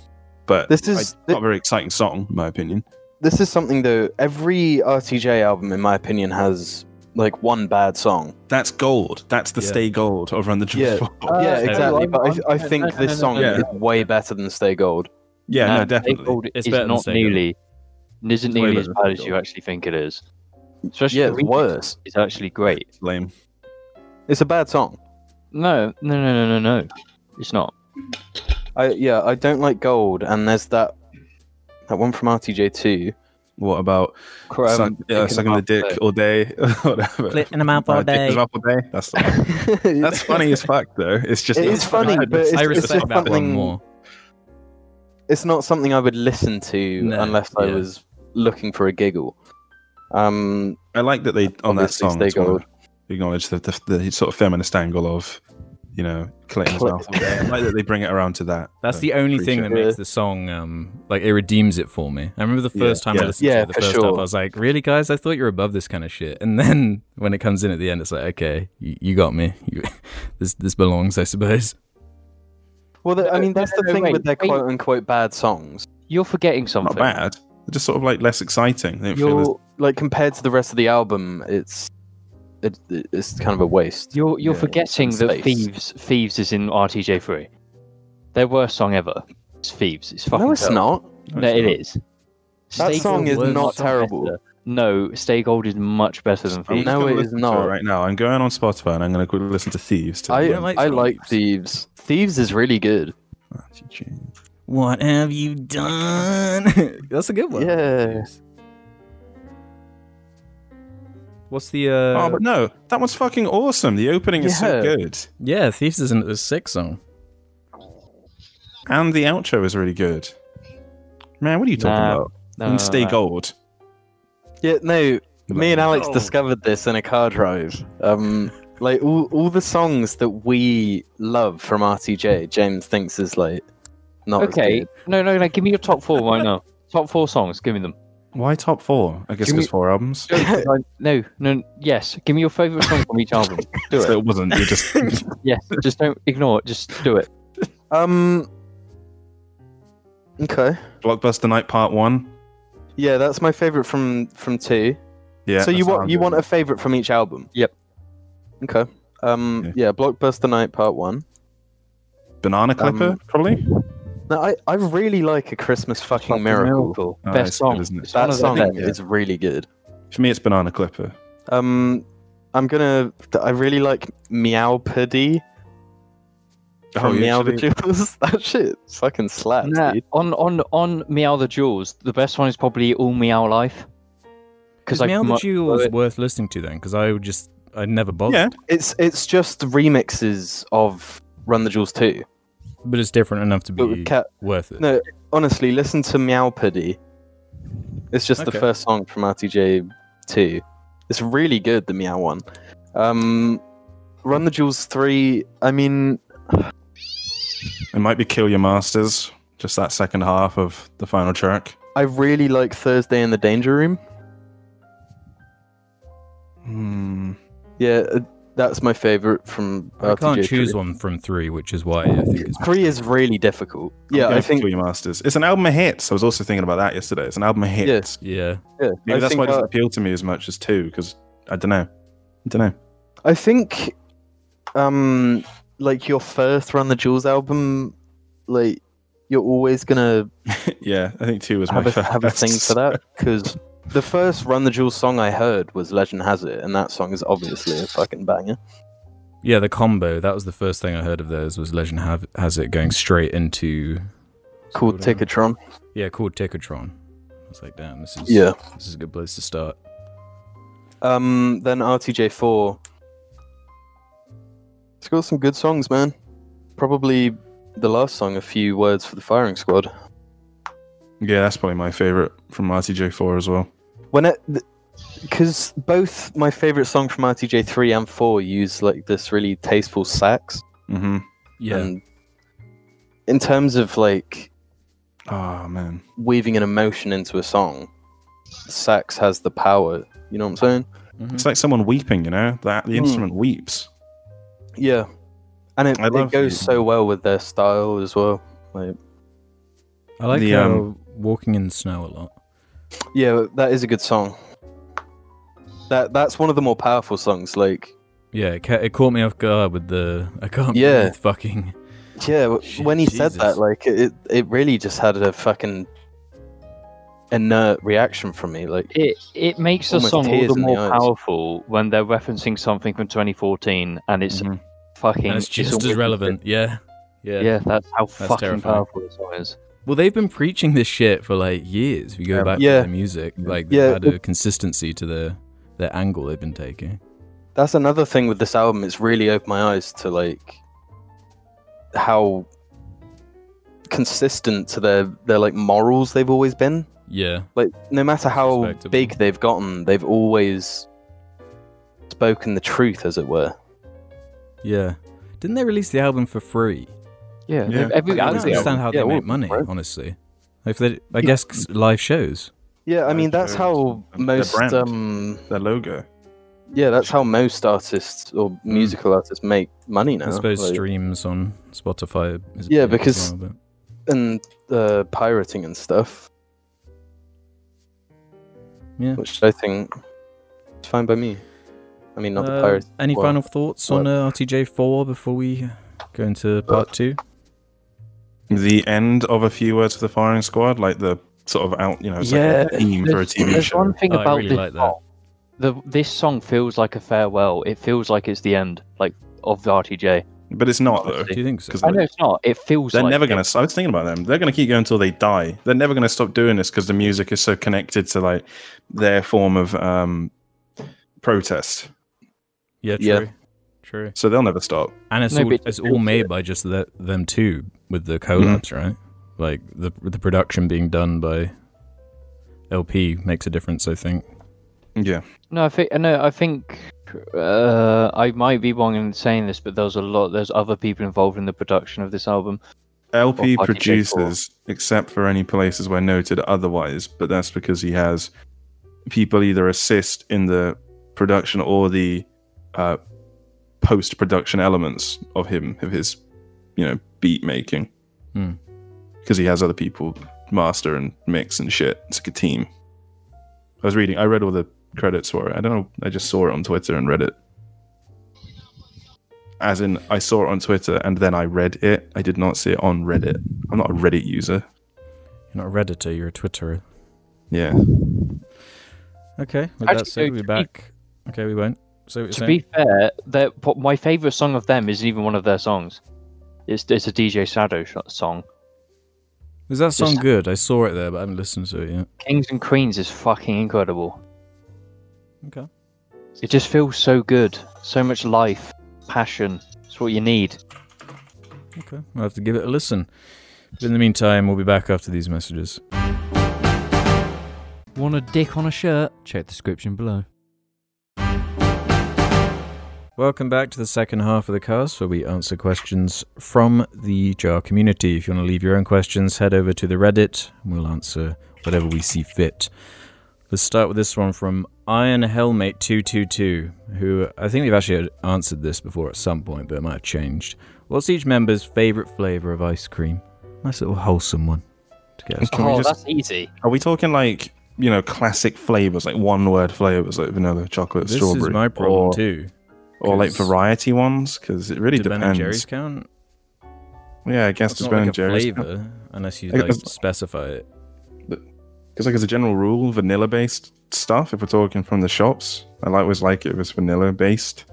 Speaker 3: But
Speaker 5: This is-
Speaker 3: I- not a very exciting song, in my opinion.
Speaker 5: This is something though. Every RTJ album, in my opinion, has like one bad song.
Speaker 3: That's gold. That's the
Speaker 1: Yeah.
Speaker 3: stay gold of Run
Speaker 5: <laughs>
Speaker 3: the <laughs> Jewels.
Speaker 5: Yeah.
Speaker 3: Yeah,
Speaker 5: yeah,
Speaker 1: no,
Speaker 5: exactly.
Speaker 4: I'm-
Speaker 5: but I, I
Speaker 4: I'm-
Speaker 5: think
Speaker 4: no, no,
Speaker 5: this
Speaker 4: no,
Speaker 5: song
Speaker 3: no, no,
Speaker 5: is way better than Stay Gold.
Speaker 3: yeah
Speaker 4: and
Speaker 3: no,
Speaker 4: they
Speaker 3: definitely.
Speaker 4: called it-
Speaker 1: It's
Speaker 4: it's
Speaker 1: better than
Speaker 4: not
Speaker 1: Sega.
Speaker 4: nearly, isn't
Speaker 3: way
Speaker 4: nearly
Speaker 3: better
Speaker 4: as
Speaker 3: than
Speaker 4: bad as
Speaker 3: Sega.
Speaker 4: you actually think it is. Especially
Speaker 5: Yeah,
Speaker 4: the
Speaker 5: it's
Speaker 4: remix
Speaker 5: worse.
Speaker 4: is actually great.
Speaker 3: Lame.
Speaker 5: It's a bad song.
Speaker 4: No, no, no, no, no, no. It's not.
Speaker 5: I yeah, I don't like Gold, and there's that that one from RTJ two.
Speaker 3: What about
Speaker 5: Cr- um,
Speaker 3: suck, yeah,
Speaker 5: Dick in
Speaker 3: sucking
Speaker 5: the
Speaker 3: the dick
Speaker 5: Mouth
Speaker 3: all day? <laughs> whatever.
Speaker 1: in the mouth
Speaker 3: Uh, dick in the mouth all day.
Speaker 5: <laughs>
Speaker 3: That's the one. that's funny as fuck though. It's just
Speaker 5: It is funny, but it's-
Speaker 1: I
Speaker 5: it's
Speaker 1: respect
Speaker 5: just
Speaker 1: that one
Speaker 5: something-
Speaker 1: more.
Speaker 5: it's not something I would listen to
Speaker 1: No,
Speaker 5: unless I
Speaker 1: yeah.
Speaker 5: was looking for a giggle. Um,
Speaker 3: I like that they on that
Speaker 5: Obviously,
Speaker 3: song
Speaker 5: Stay
Speaker 3: as well,
Speaker 5: Gold.
Speaker 3: acknowledge the, the, the sort of feminist angle of you know Clayton's
Speaker 5: Cl-
Speaker 3: mouth. I like that they bring it around to that.
Speaker 1: That's
Speaker 3: Uh,
Speaker 1: the only thing
Speaker 3: appreciate
Speaker 1: that
Speaker 5: it.
Speaker 1: makes the song um like it redeems it for me. I remember the
Speaker 3: Yeah.
Speaker 1: first time I
Speaker 3: Yeah.
Speaker 1: listened to
Speaker 5: Yeah,
Speaker 1: it, the
Speaker 5: for
Speaker 1: first
Speaker 5: sure.
Speaker 1: time I was like, "Really, guys? I thought you were above this kind of shit." And <laughs> then when it comes in at the end, it's like, "Okay, you, you got me. You, <laughs> this this belongs, I suppose."
Speaker 5: well, the, I
Speaker 4: No,
Speaker 5: mean,
Speaker 4: no,
Speaker 5: that's
Speaker 4: no,
Speaker 5: the thing
Speaker 4: wait,
Speaker 5: with their
Speaker 4: wait.
Speaker 5: quote unquote bad songs.
Speaker 4: You're forgetting
Speaker 3: not
Speaker 4: something.
Speaker 3: bad. They're just sort of like less exciting. They don't feel as,
Speaker 5: You're like compared to the rest of the album, it's it, it's kind of a waste.
Speaker 4: You're you're
Speaker 5: Yeah,
Speaker 4: forgetting
Speaker 5: it's
Speaker 4: that
Speaker 5: space.
Speaker 4: thieves thieves is in RTJ three. Their worst song ever. It's thieves. It's fucking.
Speaker 5: no, it's
Speaker 4: terrible.
Speaker 5: not.
Speaker 3: No,
Speaker 4: No,
Speaker 3: it's
Speaker 4: it
Speaker 3: not.
Speaker 4: is.
Speaker 5: That
Speaker 4: Stay
Speaker 5: song
Speaker 4: Gold
Speaker 5: is
Speaker 4: was
Speaker 5: not
Speaker 4: so much
Speaker 5: terrible.
Speaker 4: better. No, Stay Gold is much better than
Speaker 3: I'm
Speaker 4: Thieves.
Speaker 3: just gonna
Speaker 5: it is
Speaker 3: listen to
Speaker 5: not.
Speaker 3: right now. I'm going on Spotify and I'm going to quickly listen to Thieves. To
Speaker 5: I
Speaker 1: You don't like
Speaker 5: I
Speaker 1: songs?
Speaker 5: like Thieves. Thieves is really good.
Speaker 4: Uh,
Speaker 1: What have you done? <laughs> That's a good one.
Speaker 5: Yeah.
Speaker 1: What's the uh?
Speaker 3: oh, but no, that one's fucking awesome. The opening is so
Speaker 5: Yeah.
Speaker 3: good.
Speaker 1: yeah, Thieves isn't a sick song.
Speaker 3: And the outro is really good. Man, what are you talking
Speaker 4: Nah.
Speaker 3: about?
Speaker 4: No,
Speaker 3: and
Speaker 4: no,
Speaker 3: stay
Speaker 4: no.
Speaker 3: gold.
Speaker 5: Yeah, no, me and Alex
Speaker 3: Oh.
Speaker 5: discovered this in a car drive. Um, like all, all the songs that we love from RTJ, James thinks is like not as
Speaker 4: Okay.
Speaker 5: good.
Speaker 4: No, no, no. Give me your top four right now. <laughs> Top four songs. Give me them.
Speaker 3: Why top four? I guess
Speaker 5: Give
Speaker 3: there's
Speaker 5: me-
Speaker 3: four albums.
Speaker 4: No, no. Yes. Give me your favorite song from each album. Do
Speaker 3: So
Speaker 4: it.
Speaker 3: it wasn't. You just
Speaker 4: <laughs> Yes. Just don't ignore it. Just do it.
Speaker 5: Um. Okay.
Speaker 3: blockbuster night part one.
Speaker 5: Yeah, that's my favorite from from two.
Speaker 3: Yeah.
Speaker 5: so you
Speaker 3: that's what I'm
Speaker 5: want you
Speaker 3: doing.
Speaker 5: want a favorite from each album?
Speaker 4: Yep.
Speaker 5: Okay. Um.
Speaker 3: Okay.
Speaker 5: Yeah. Blockbuster Night Part One.
Speaker 3: banana clipper?
Speaker 5: um,
Speaker 3: probably.
Speaker 5: No, I I really like a Christmas fucking, miracle.
Speaker 3: Oh, it's
Speaker 4: Best
Speaker 3: good,
Speaker 4: song.
Speaker 3: isn't it?
Speaker 4: It's one
Speaker 5: That
Speaker 4: of
Speaker 5: song
Speaker 4: the
Speaker 3: yeah.
Speaker 5: is really good.
Speaker 3: For me, it's banana clipper.
Speaker 5: Um, I'm gonna. I really like Meowpody from
Speaker 3: Oh, you
Speaker 5: Meow the
Speaker 3: actually-
Speaker 5: Jewels. <laughs> That shit fucking slaps,
Speaker 4: Nah,
Speaker 5: dude.
Speaker 4: on on on Meow the Jewels, the best one is probably All Meow Life. Because
Speaker 1: Is
Speaker 4: I
Speaker 1: Meow the
Speaker 4: mu-
Speaker 1: Jewels worth listening to then? Because I would just, I'd never bother.
Speaker 3: Yeah.
Speaker 5: It's it's just remixes of Run the Jewels 2.
Speaker 1: But it's different enough to
Speaker 5: But
Speaker 1: be
Speaker 3: Mm.
Speaker 5: with cat,
Speaker 1: worth it.
Speaker 5: No. honestly, listen to Meowpody. It's just
Speaker 3: Okay.
Speaker 5: the first song from RTJ 2. It's really good, the Meow one. Um, Run the Jewels 3, I mean,
Speaker 3: It might be Kill Your Masters, just that second half of the final track.
Speaker 5: I really like Thursday in the Danger Room.
Speaker 3: Hmm.
Speaker 5: Yeah, uh, that's my favorite from
Speaker 1: I
Speaker 5: RTJ
Speaker 1: can't
Speaker 5: 3.
Speaker 1: choose one from three, which is why I think it's.
Speaker 5: Three is really difficult.
Speaker 3: I'm
Speaker 5: Yeah,
Speaker 3: going
Speaker 5: I
Speaker 3: for
Speaker 5: think.
Speaker 3: Kill Your Masters. It's an album of hits. I was also thinking about that yesterday. It's an album of hits.
Speaker 1: Yeah.
Speaker 5: Yeah,
Speaker 3: Maybe
Speaker 5: I
Speaker 3: that's
Speaker 5: think uh,
Speaker 3: why it doesn't
Speaker 5: our-
Speaker 3: appeal to me as much as two, because I don't know. I don't know. <laughs>
Speaker 5: I think, um, like your first Run the Jewels album, like you're always gonna
Speaker 3: yeah, I think two was my
Speaker 5: have a
Speaker 3: first.
Speaker 5: have a thing for that
Speaker 3: <laughs>
Speaker 5: because the first Run the Jewels song I heard was Legend Has It, and that song is obviously a fucking banger.
Speaker 1: Yeah, the combo. That was the first thing I heard of theirs was Legend have, Has It going straight into. Hold
Speaker 5: Called
Speaker 1: on.
Speaker 5: Ticketron.
Speaker 1: Yeah, called Ticketron. I was like, damn, this is
Speaker 5: Yeah.
Speaker 1: this is a good place to start.
Speaker 5: Um, then RTJ four. It's got some good songs, man. Probably the last song, A Few Words for the Firing Squad.
Speaker 3: Yeah, that's probably my favorite from RTJ4 as well.
Speaker 5: when it because both my favorite song from RTJ 3 and 4 use like this really tasteful sax
Speaker 3: Mm-hmm.
Speaker 1: Yeah,
Speaker 5: and in terms of like
Speaker 3: Oh man,
Speaker 5: weaving an emotion into a song sax has the power you know what i'm saying
Speaker 3: it's like someone weeping. You know that the
Speaker 5: Hmm.
Speaker 3: instrument weeps.
Speaker 5: yeah and it,
Speaker 3: I
Speaker 5: it
Speaker 3: love
Speaker 5: goes
Speaker 3: you.
Speaker 5: so well with their style as well
Speaker 1: I like
Speaker 3: the,
Speaker 1: how
Speaker 3: um,
Speaker 1: walking in snow a lot.
Speaker 5: yeah that is a good song that that's one of the more powerful songs like
Speaker 1: Yeah, it, ca- it caught me off guard with the I can't
Speaker 5: Yeah.
Speaker 1: breathe fucking.
Speaker 5: Yeah, w-
Speaker 1: Shit,
Speaker 5: when he said
Speaker 1: Jesus.
Speaker 5: that, like it, it- it really just had a fucking inert reaction from me. Like,
Speaker 4: It it makes the
Speaker 5: Almost
Speaker 4: song all
Speaker 5: tears
Speaker 4: the
Speaker 5: in the
Speaker 4: more
Speaker 5: eyes.
Speaker 4: powerful when they're referencing something from 2014 and it's
Speaker 3: Mhm.
Speaker 4: fucking.
Speaker 1: Mm-hmm. And it's just
Speaker 4: almost-
Speaker 1: as
Speaker 5: <laughs>
Speaker 1: relevant. Yeah. yeah,
Speaker 4: Yeah. that's how fucking
Speaker 1: terrifying.
Speaker 4: powerful the song is.
Speaker 1: Well, they've been preaching this shit for like years. If you go
Speaker 3: Yeah.
Speaker 1: back
Speaker 5: Um, Yeah.
Speaker 1: to the music, like they've
Speaker 5: Yeah,
Speaker 1: had a consistency to their their angle they've been taking.
Speaker 5: that's another thing with this album. It's really opened my eyes to like how consistent to their their like morals they've always been.
Speaker 1: Yeah,
Speaker 5: Like, no matter how
Speaker 1: Respectable.
Speaker 5: big they've gotten, they've always spoken the truth, as it were.
Speaker 1: yeah. Didn't they release the album for free?
Speaker 4: Yeah.
Speaker 3: Yeah.
Speaker 4: Every
Speaker 1: I
Speaker 3: Yeah,
Speaker 1: don't
Speaker 3: yeah.
Speaker 1: understand how they
Speaker 5: Yeah, all
Speaker 1: make
Speaker 5: of them,
Speaker 1: money,
Speaker 5: right?
Speaker 1: honestly. If they, I guess 'cause live shows.
Speaker 5: Yeah, I mean that's how
Speaker 3: Absolutely. Their
Speaker 5: most
Speaker 3: brand.
Speaker 5: um
Speaker 3: Their logo.
Speaker 5: Yeah, that's how most artists or musical artists make money now.
Speaker 1: I suppose
Speaker 5: like,
Speaker 1: streams on Spotify. Is
Speaker 5: Yeah,
Speaker 1: big as
Speaker 5: because-
Speaker 1: well, but-
Speaker 5: and uh, pirating and stuff,
Speaker 1: yeah.
Speaker 5: which I think is fine by me. I mean, not the
Speaker 1: Uh,
Speaker 5: pirates.
Speaker 1: Any
Speaker 5: well,
Speaker 1: final thoughts on uh, RTJ four before we go into
Speaker 5: Uh,
Speaker 1: part two?
Speaker 3: The end of a few words for the firing squad, like the sort of out, you know, it's
Speaker 5: Yeah,
Speaker 3: like a theme for a
Speaker 4: There's,
Speaker 3: TV
Speaker 4: there's
Speaker 3: show.
Speaker 4: one thing
Speaker 1: Oh, I
Speaker 4: about
Speaker 1: really
Speaker 4: this
Speaker 1: like that.
Speaker 4: song. The, this song feels like a farewell. It feels like it's the end, like of the RTJ.
Speaker 3: But it's not though.
Speaker 1: Do you think so?
Speaker 3: 'Cause
Speaker 4: I know it's not. It feels.
Speaker 3: They're
Speaker 4: like
Speaker 3: never
Speaker 4: it.
Speaker 3: gonna. s- I was thinking about them. They're gonna keep going until they die. They're never gonna stop doing this because the music is so connected to like their form of um protest.
Speaker 1: Yeah, true.
Speaker 5: Yeah.
Speaker 1: True.
Speaker 3: So they'll never stop.
Speaker 1: And it's
Speaker 4: No,
Speaker 1: all,
Speaker 4: but-
Speaker 1: it's all made by just the, them two with the collabs, right? Like the the production being done by LP makes a difference, I think.
Speaker 3: Yeah.
Speaker 4: No, I think no, I think uh, I might be wrong in saying this, but there's a lot. There's other people involved in the production of this album.
Speaker 3: LP
Speaker 4: Or RTJ4.
Speaker 3: produces, except for any places where noted otherwise, but that's because he has people either assist in the production or the uh, post-production elements of him of his, you know, beat making.
Speaker 1: Hmm.
Speaker 3: Because he has other people master and mix and shit. It's like a team. I was reading. I read all the credits for it. I don't know. I just saw it on Twitter and read it. As in, I saw it on Twitter and then I read it. I did not see it on Reddit. I'm not a Reddit user.
Speaker 1: You're not a redditor, you're a twitterer.
Speaker 3: Yeah.
Speaker 1: Okay, with
Speaker 4: Actually,
Speaker 1: that said,
Speaker 4: no,
Speaker 1: we'll be
Speaker 4: to be-
Speaker 1: back. Okay, we won't. So
Speaker 4: to be fair, their, po- my favorite song of them isn't even one of their songs. It's it's a DJ Shadow sh- song.
Speaker 1: is that song
Speaker 4: just-
Speaker 1: good? I saw it there, but I haven't listened to it yet.
Speaker 4: Kings and Queens is fucking incredible.
Speaker 1: Okay.
Speaker 4: It just feels so good. So much life, passion. It's what you need.
Speaker 1: Okay, I'll have to give it a listen. But in the meantime, we'll be back after these messages.
Speaker 6: Want a dick on a shirt? Check the description below.
Speaker 1: Welcome back to the second half of the cast where we answer questions from the JAR community. If you want to leave your own questions, head over to the Reddit and we'll answer whatever we see fit. Let's start with this one from Iron Hellmate222, who I think we've actually answered this before at some point, but it might have changed. What's each member's favourite flavour of ice cream? Nice little wholesome one to get us
Speaker 3: Can we
Speaker 4: oh,
Speaker 3: just-
Speaker 4: that's easy.
Speaker 3: Are we talking like you know classic flavors, like one word flavors, like vanilla, chocolate,
Speaker 1: This
Speaker 3: strawberry?
Speaker 1: is my problem
Speaker 3: or,
Speaker 1: too.
Speaker 3: Or like
Speaker 1: 'cause-
Speaker 3: variety ones, because it really
Speaker 1: Do Ben and
Speaker 3: depends.
Speaker 1: Jerry's count?
Speaker 3: Yeah, I guess
Speaker 1: That's
Speaker 3: it's
Speaker 1: not
Speaker 3: Ben
Speaker 1: like
Speaker 3: and
Speaker 1: a
Speaker 3: Jerry's.
Speaker 1: flavour unless you
Speaker 3: I
Speaker 1: like
Speaker 3: guess-
Speaker 1: specify it.
Speaker 3: Because like as a general rule, vanilla based stuff. If we're talking from the shops, I like- always like it if it's vanilla based.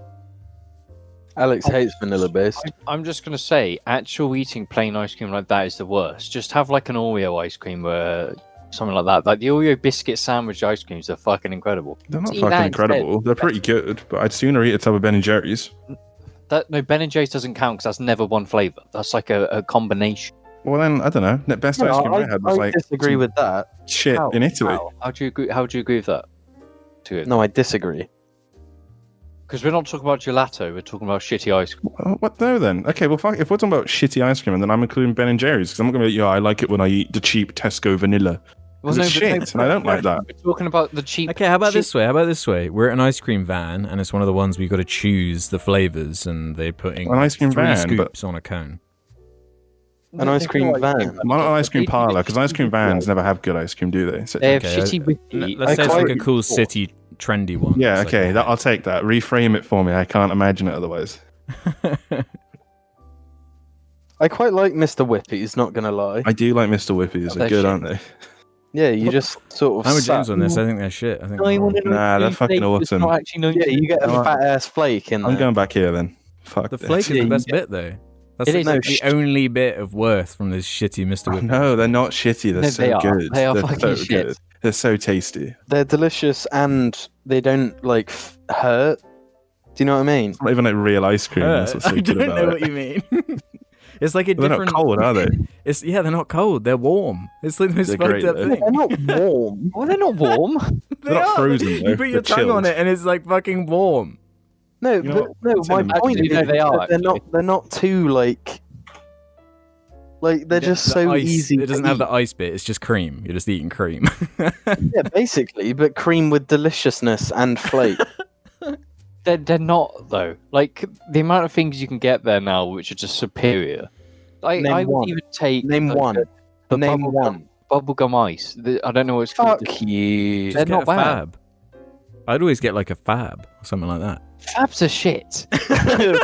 Speaker 5: Alex hates vanilla base.
Speaker 4: I, I'm just gonna say, actual eating plain ice cream like that is the worst. Just have like an Oreo ice cream or something like that. Like the Oreo biscuit sandwich ice creams are fucking incredible.
Speaker 3: They're not
Speaker 4: See,
Speaker 3: fucking
Speaker 4: that
Speaker 3: incredible. They're pretty good, but I'd sooner eat a tub of Ben and Jerry's.
Speaker 4: That no Ben and Jerry's doesn't count because that's never one flavor. That's like a, a combination.
Speaker 3: Well then, I don't know. The best ice cream I, had was like "Hmm."
Speaker 5: disagree
Speaker 3: some
Speaker 5: with that.
Speaker 3: shit
Speaker 5: How?
Speaker 3: in Italy.
Speaker 4: How, how do you agree, how do you agree with that? Because
Speaker 5: No, I disagree.
Speaker 4: we're not talking about gelato. We're talking about shitty ice cream.
Speaker 3: Well, Oh, What though then? Okay, well, fuck, if we're talking about shitty ice cream, then I'm including Ben and Jerry's because I'm not gonna be like, yeah, I like it when I eat the cheap Tesco vanilla. Well,
Speaker 4: no,
Speaker 3: it's
Speaker 4: but no,
Speaker 3: shit, and I don't like that.
Speaker 4: We're talking about the cheap.
Speaker 1: Okay, how about
Speaker 4: cheap-
Speaker 1: this way? How about this way? We're at an ice cream van, and it's one of the ones we got to choose the flavors, and they're putting
Speaker 3: An ice cream
Speaker 1: three
Speaker 3: van, but
Speaker 1: scoops on a cone.
Speaker 5: An ice cream van.
Speaker 3: I'm not an ice cream parlor because ice cream uh, vans never have good ice cream, do they? So,
Speaker 4: They have
Speaker 1: Okay,
Speaker 4: shitty
Speaker 1: N-
Speaker 4: whiskey.
Speaker 1: Let's
Speaker 5: I
Speaker 1: say it's like a
Speaker 5: quite-
Speaker 1: cool city trendy one.
Speaker 3: yeah,
Speaker 1: It's like-
Speaker 3: okay, that, I'll take that. Reframe it for me. I can't imagine it otherwise.
Speaker 5: I quite like Mr. Whippy's, not gonna lie.
Speaker 3: I do like Mr. Whippies.
Speaker 4: They're
Speaker 3: They're good,
Speaker 4: shit.
Speaker 3: aren't they?
Speaker 5: Yeah, you just sort of.
Speaker 1: I'm with
Speaker 5: sat-
Speaker 1: James on this. I think they're shit. I think. they're wrong.
Speaker 3: Nah, they're fucking awesome.
Speaker 5: Yeah, you get
Speaker 3: No, I-
Speaker 5: a fat ass flake in
Speaker 3: I'm
Speaker 5: there.
Speaker 3: going back here then. Fuck
Speaker 1: The
Speaker 3: this.
Speaker 1: flake is
Speaker 5: Yeah,
Speaker 1: the
Speaker 5: you
Speaker 1: best bit, though. That's
Speaker 4: It
Speaker 1: like
Speaker 4: is.
Speaker 1: the
Speaker 4: No, sh-
Speaker 1: only bit of worth from this shitty Mr. Whip.
Speaker 3: No, they're not shitty. They're
Speaker 4: No,
Speaker 3: so
Speaker 4: they are.
Speaker 3: good.
Speaker 4: They are
Speaker 3: they're
Speaker 4: fucking
Speaker 3: so
Speaker 4: shit.
Speaker 3: good. They're so tasty.
Speaker 5: They're delicious and they don't like f- hurt. Do you know what I
Speaker 3: <laughs>
Speaker 5: mean?
Speaker 3: Not even like real ice cream. That's what's
Speaker 1: Uh,
Speaker 3: so
Speaker 1: <laughs> I
Speaker 3: good
Speaker 1: don't
Speaker 3: about
Speaker 1: know
Speaker 3: it.
Speaker 1: what you mean. <laughs> It's like a
Speaker 3: They're
Speaker 1: different.
Speaker 3: not cold, are they?
Speaker 1: <laughs> It's yeah, they're not cold. They're warm. It's like the most
Speaker 3: They're
Speaker 1: fucked
Speaker 3: great,
Speaker 1: up
Speaker 3: though.
Speaker 1: thing.
Speaker 5: They're not Oh, warm.
Speaker 4: Well, they're not warm.
Speaker 3: They're not frozen, though.
Speaker 1: You
Speaker 3: They're
Speaker 1: put your tongue on
Speaker 3: chilled.
Speaker 1: it, and it's like fucking warm.
Speaker 5: No,
Speaker 3: You know
Speaker 5: but no.
Speaker 3: It's
Speaker 5: My
Speaker 3: in the
Speaker 5: point
Speaker 4: middle.
Speaker 5: is,
Speaker 4: No, they are,
Speaker 5: that they're
Speaker 4: actually.
Speaker 5: not. They're not too like. Like they're
Speaker 1: Yeah,
Speaker 5: just
Speaker 1: the
Speaker 5: so
Speaker 1: ice-
Speaker 5: easy.
Speaker 1: It doesn't
Speaker 5: to
Speaker 1: have
Speaker 5: eat.
Speaker 1: the ice bit. It's just cream. You're just eating cream. <laughs>
Speaker 5: Yeah, basically, but cream with deliciousness
Speaker 1: <laughs>
Speaker 5: and flake.
Speaker 4: <laughs> They're, they're not though. Like the amount of things you can get there now, which are just superior. I,
Speaker 5: Name
Speaker 4: I would
Speaker 5: one.
Speaker 4: even take
Speaker 5: Name
Speaker 4: like,
Speaker 5: one.
Speaker 4: The
Speaker 5: Name
Speaker 4: bubblegum-
Speaker 5: one.
Speaker 4: bubblegum ice. The- I don't know what it's
Speaker 5: Fuck
Speaker 4: called.
Speaker 5: you.
Speaker 4: They're
Speaker 1: Just get
Speaker 4: not
Speaker 1: a
Speaker 4: bad.
Speaker 1: Fab. I'd always get like a fab or something like that.
Speaker 4: Fabs
Speaker 1: <laughs>
Speaker 4: are shit.
Speaker 5: <laughs>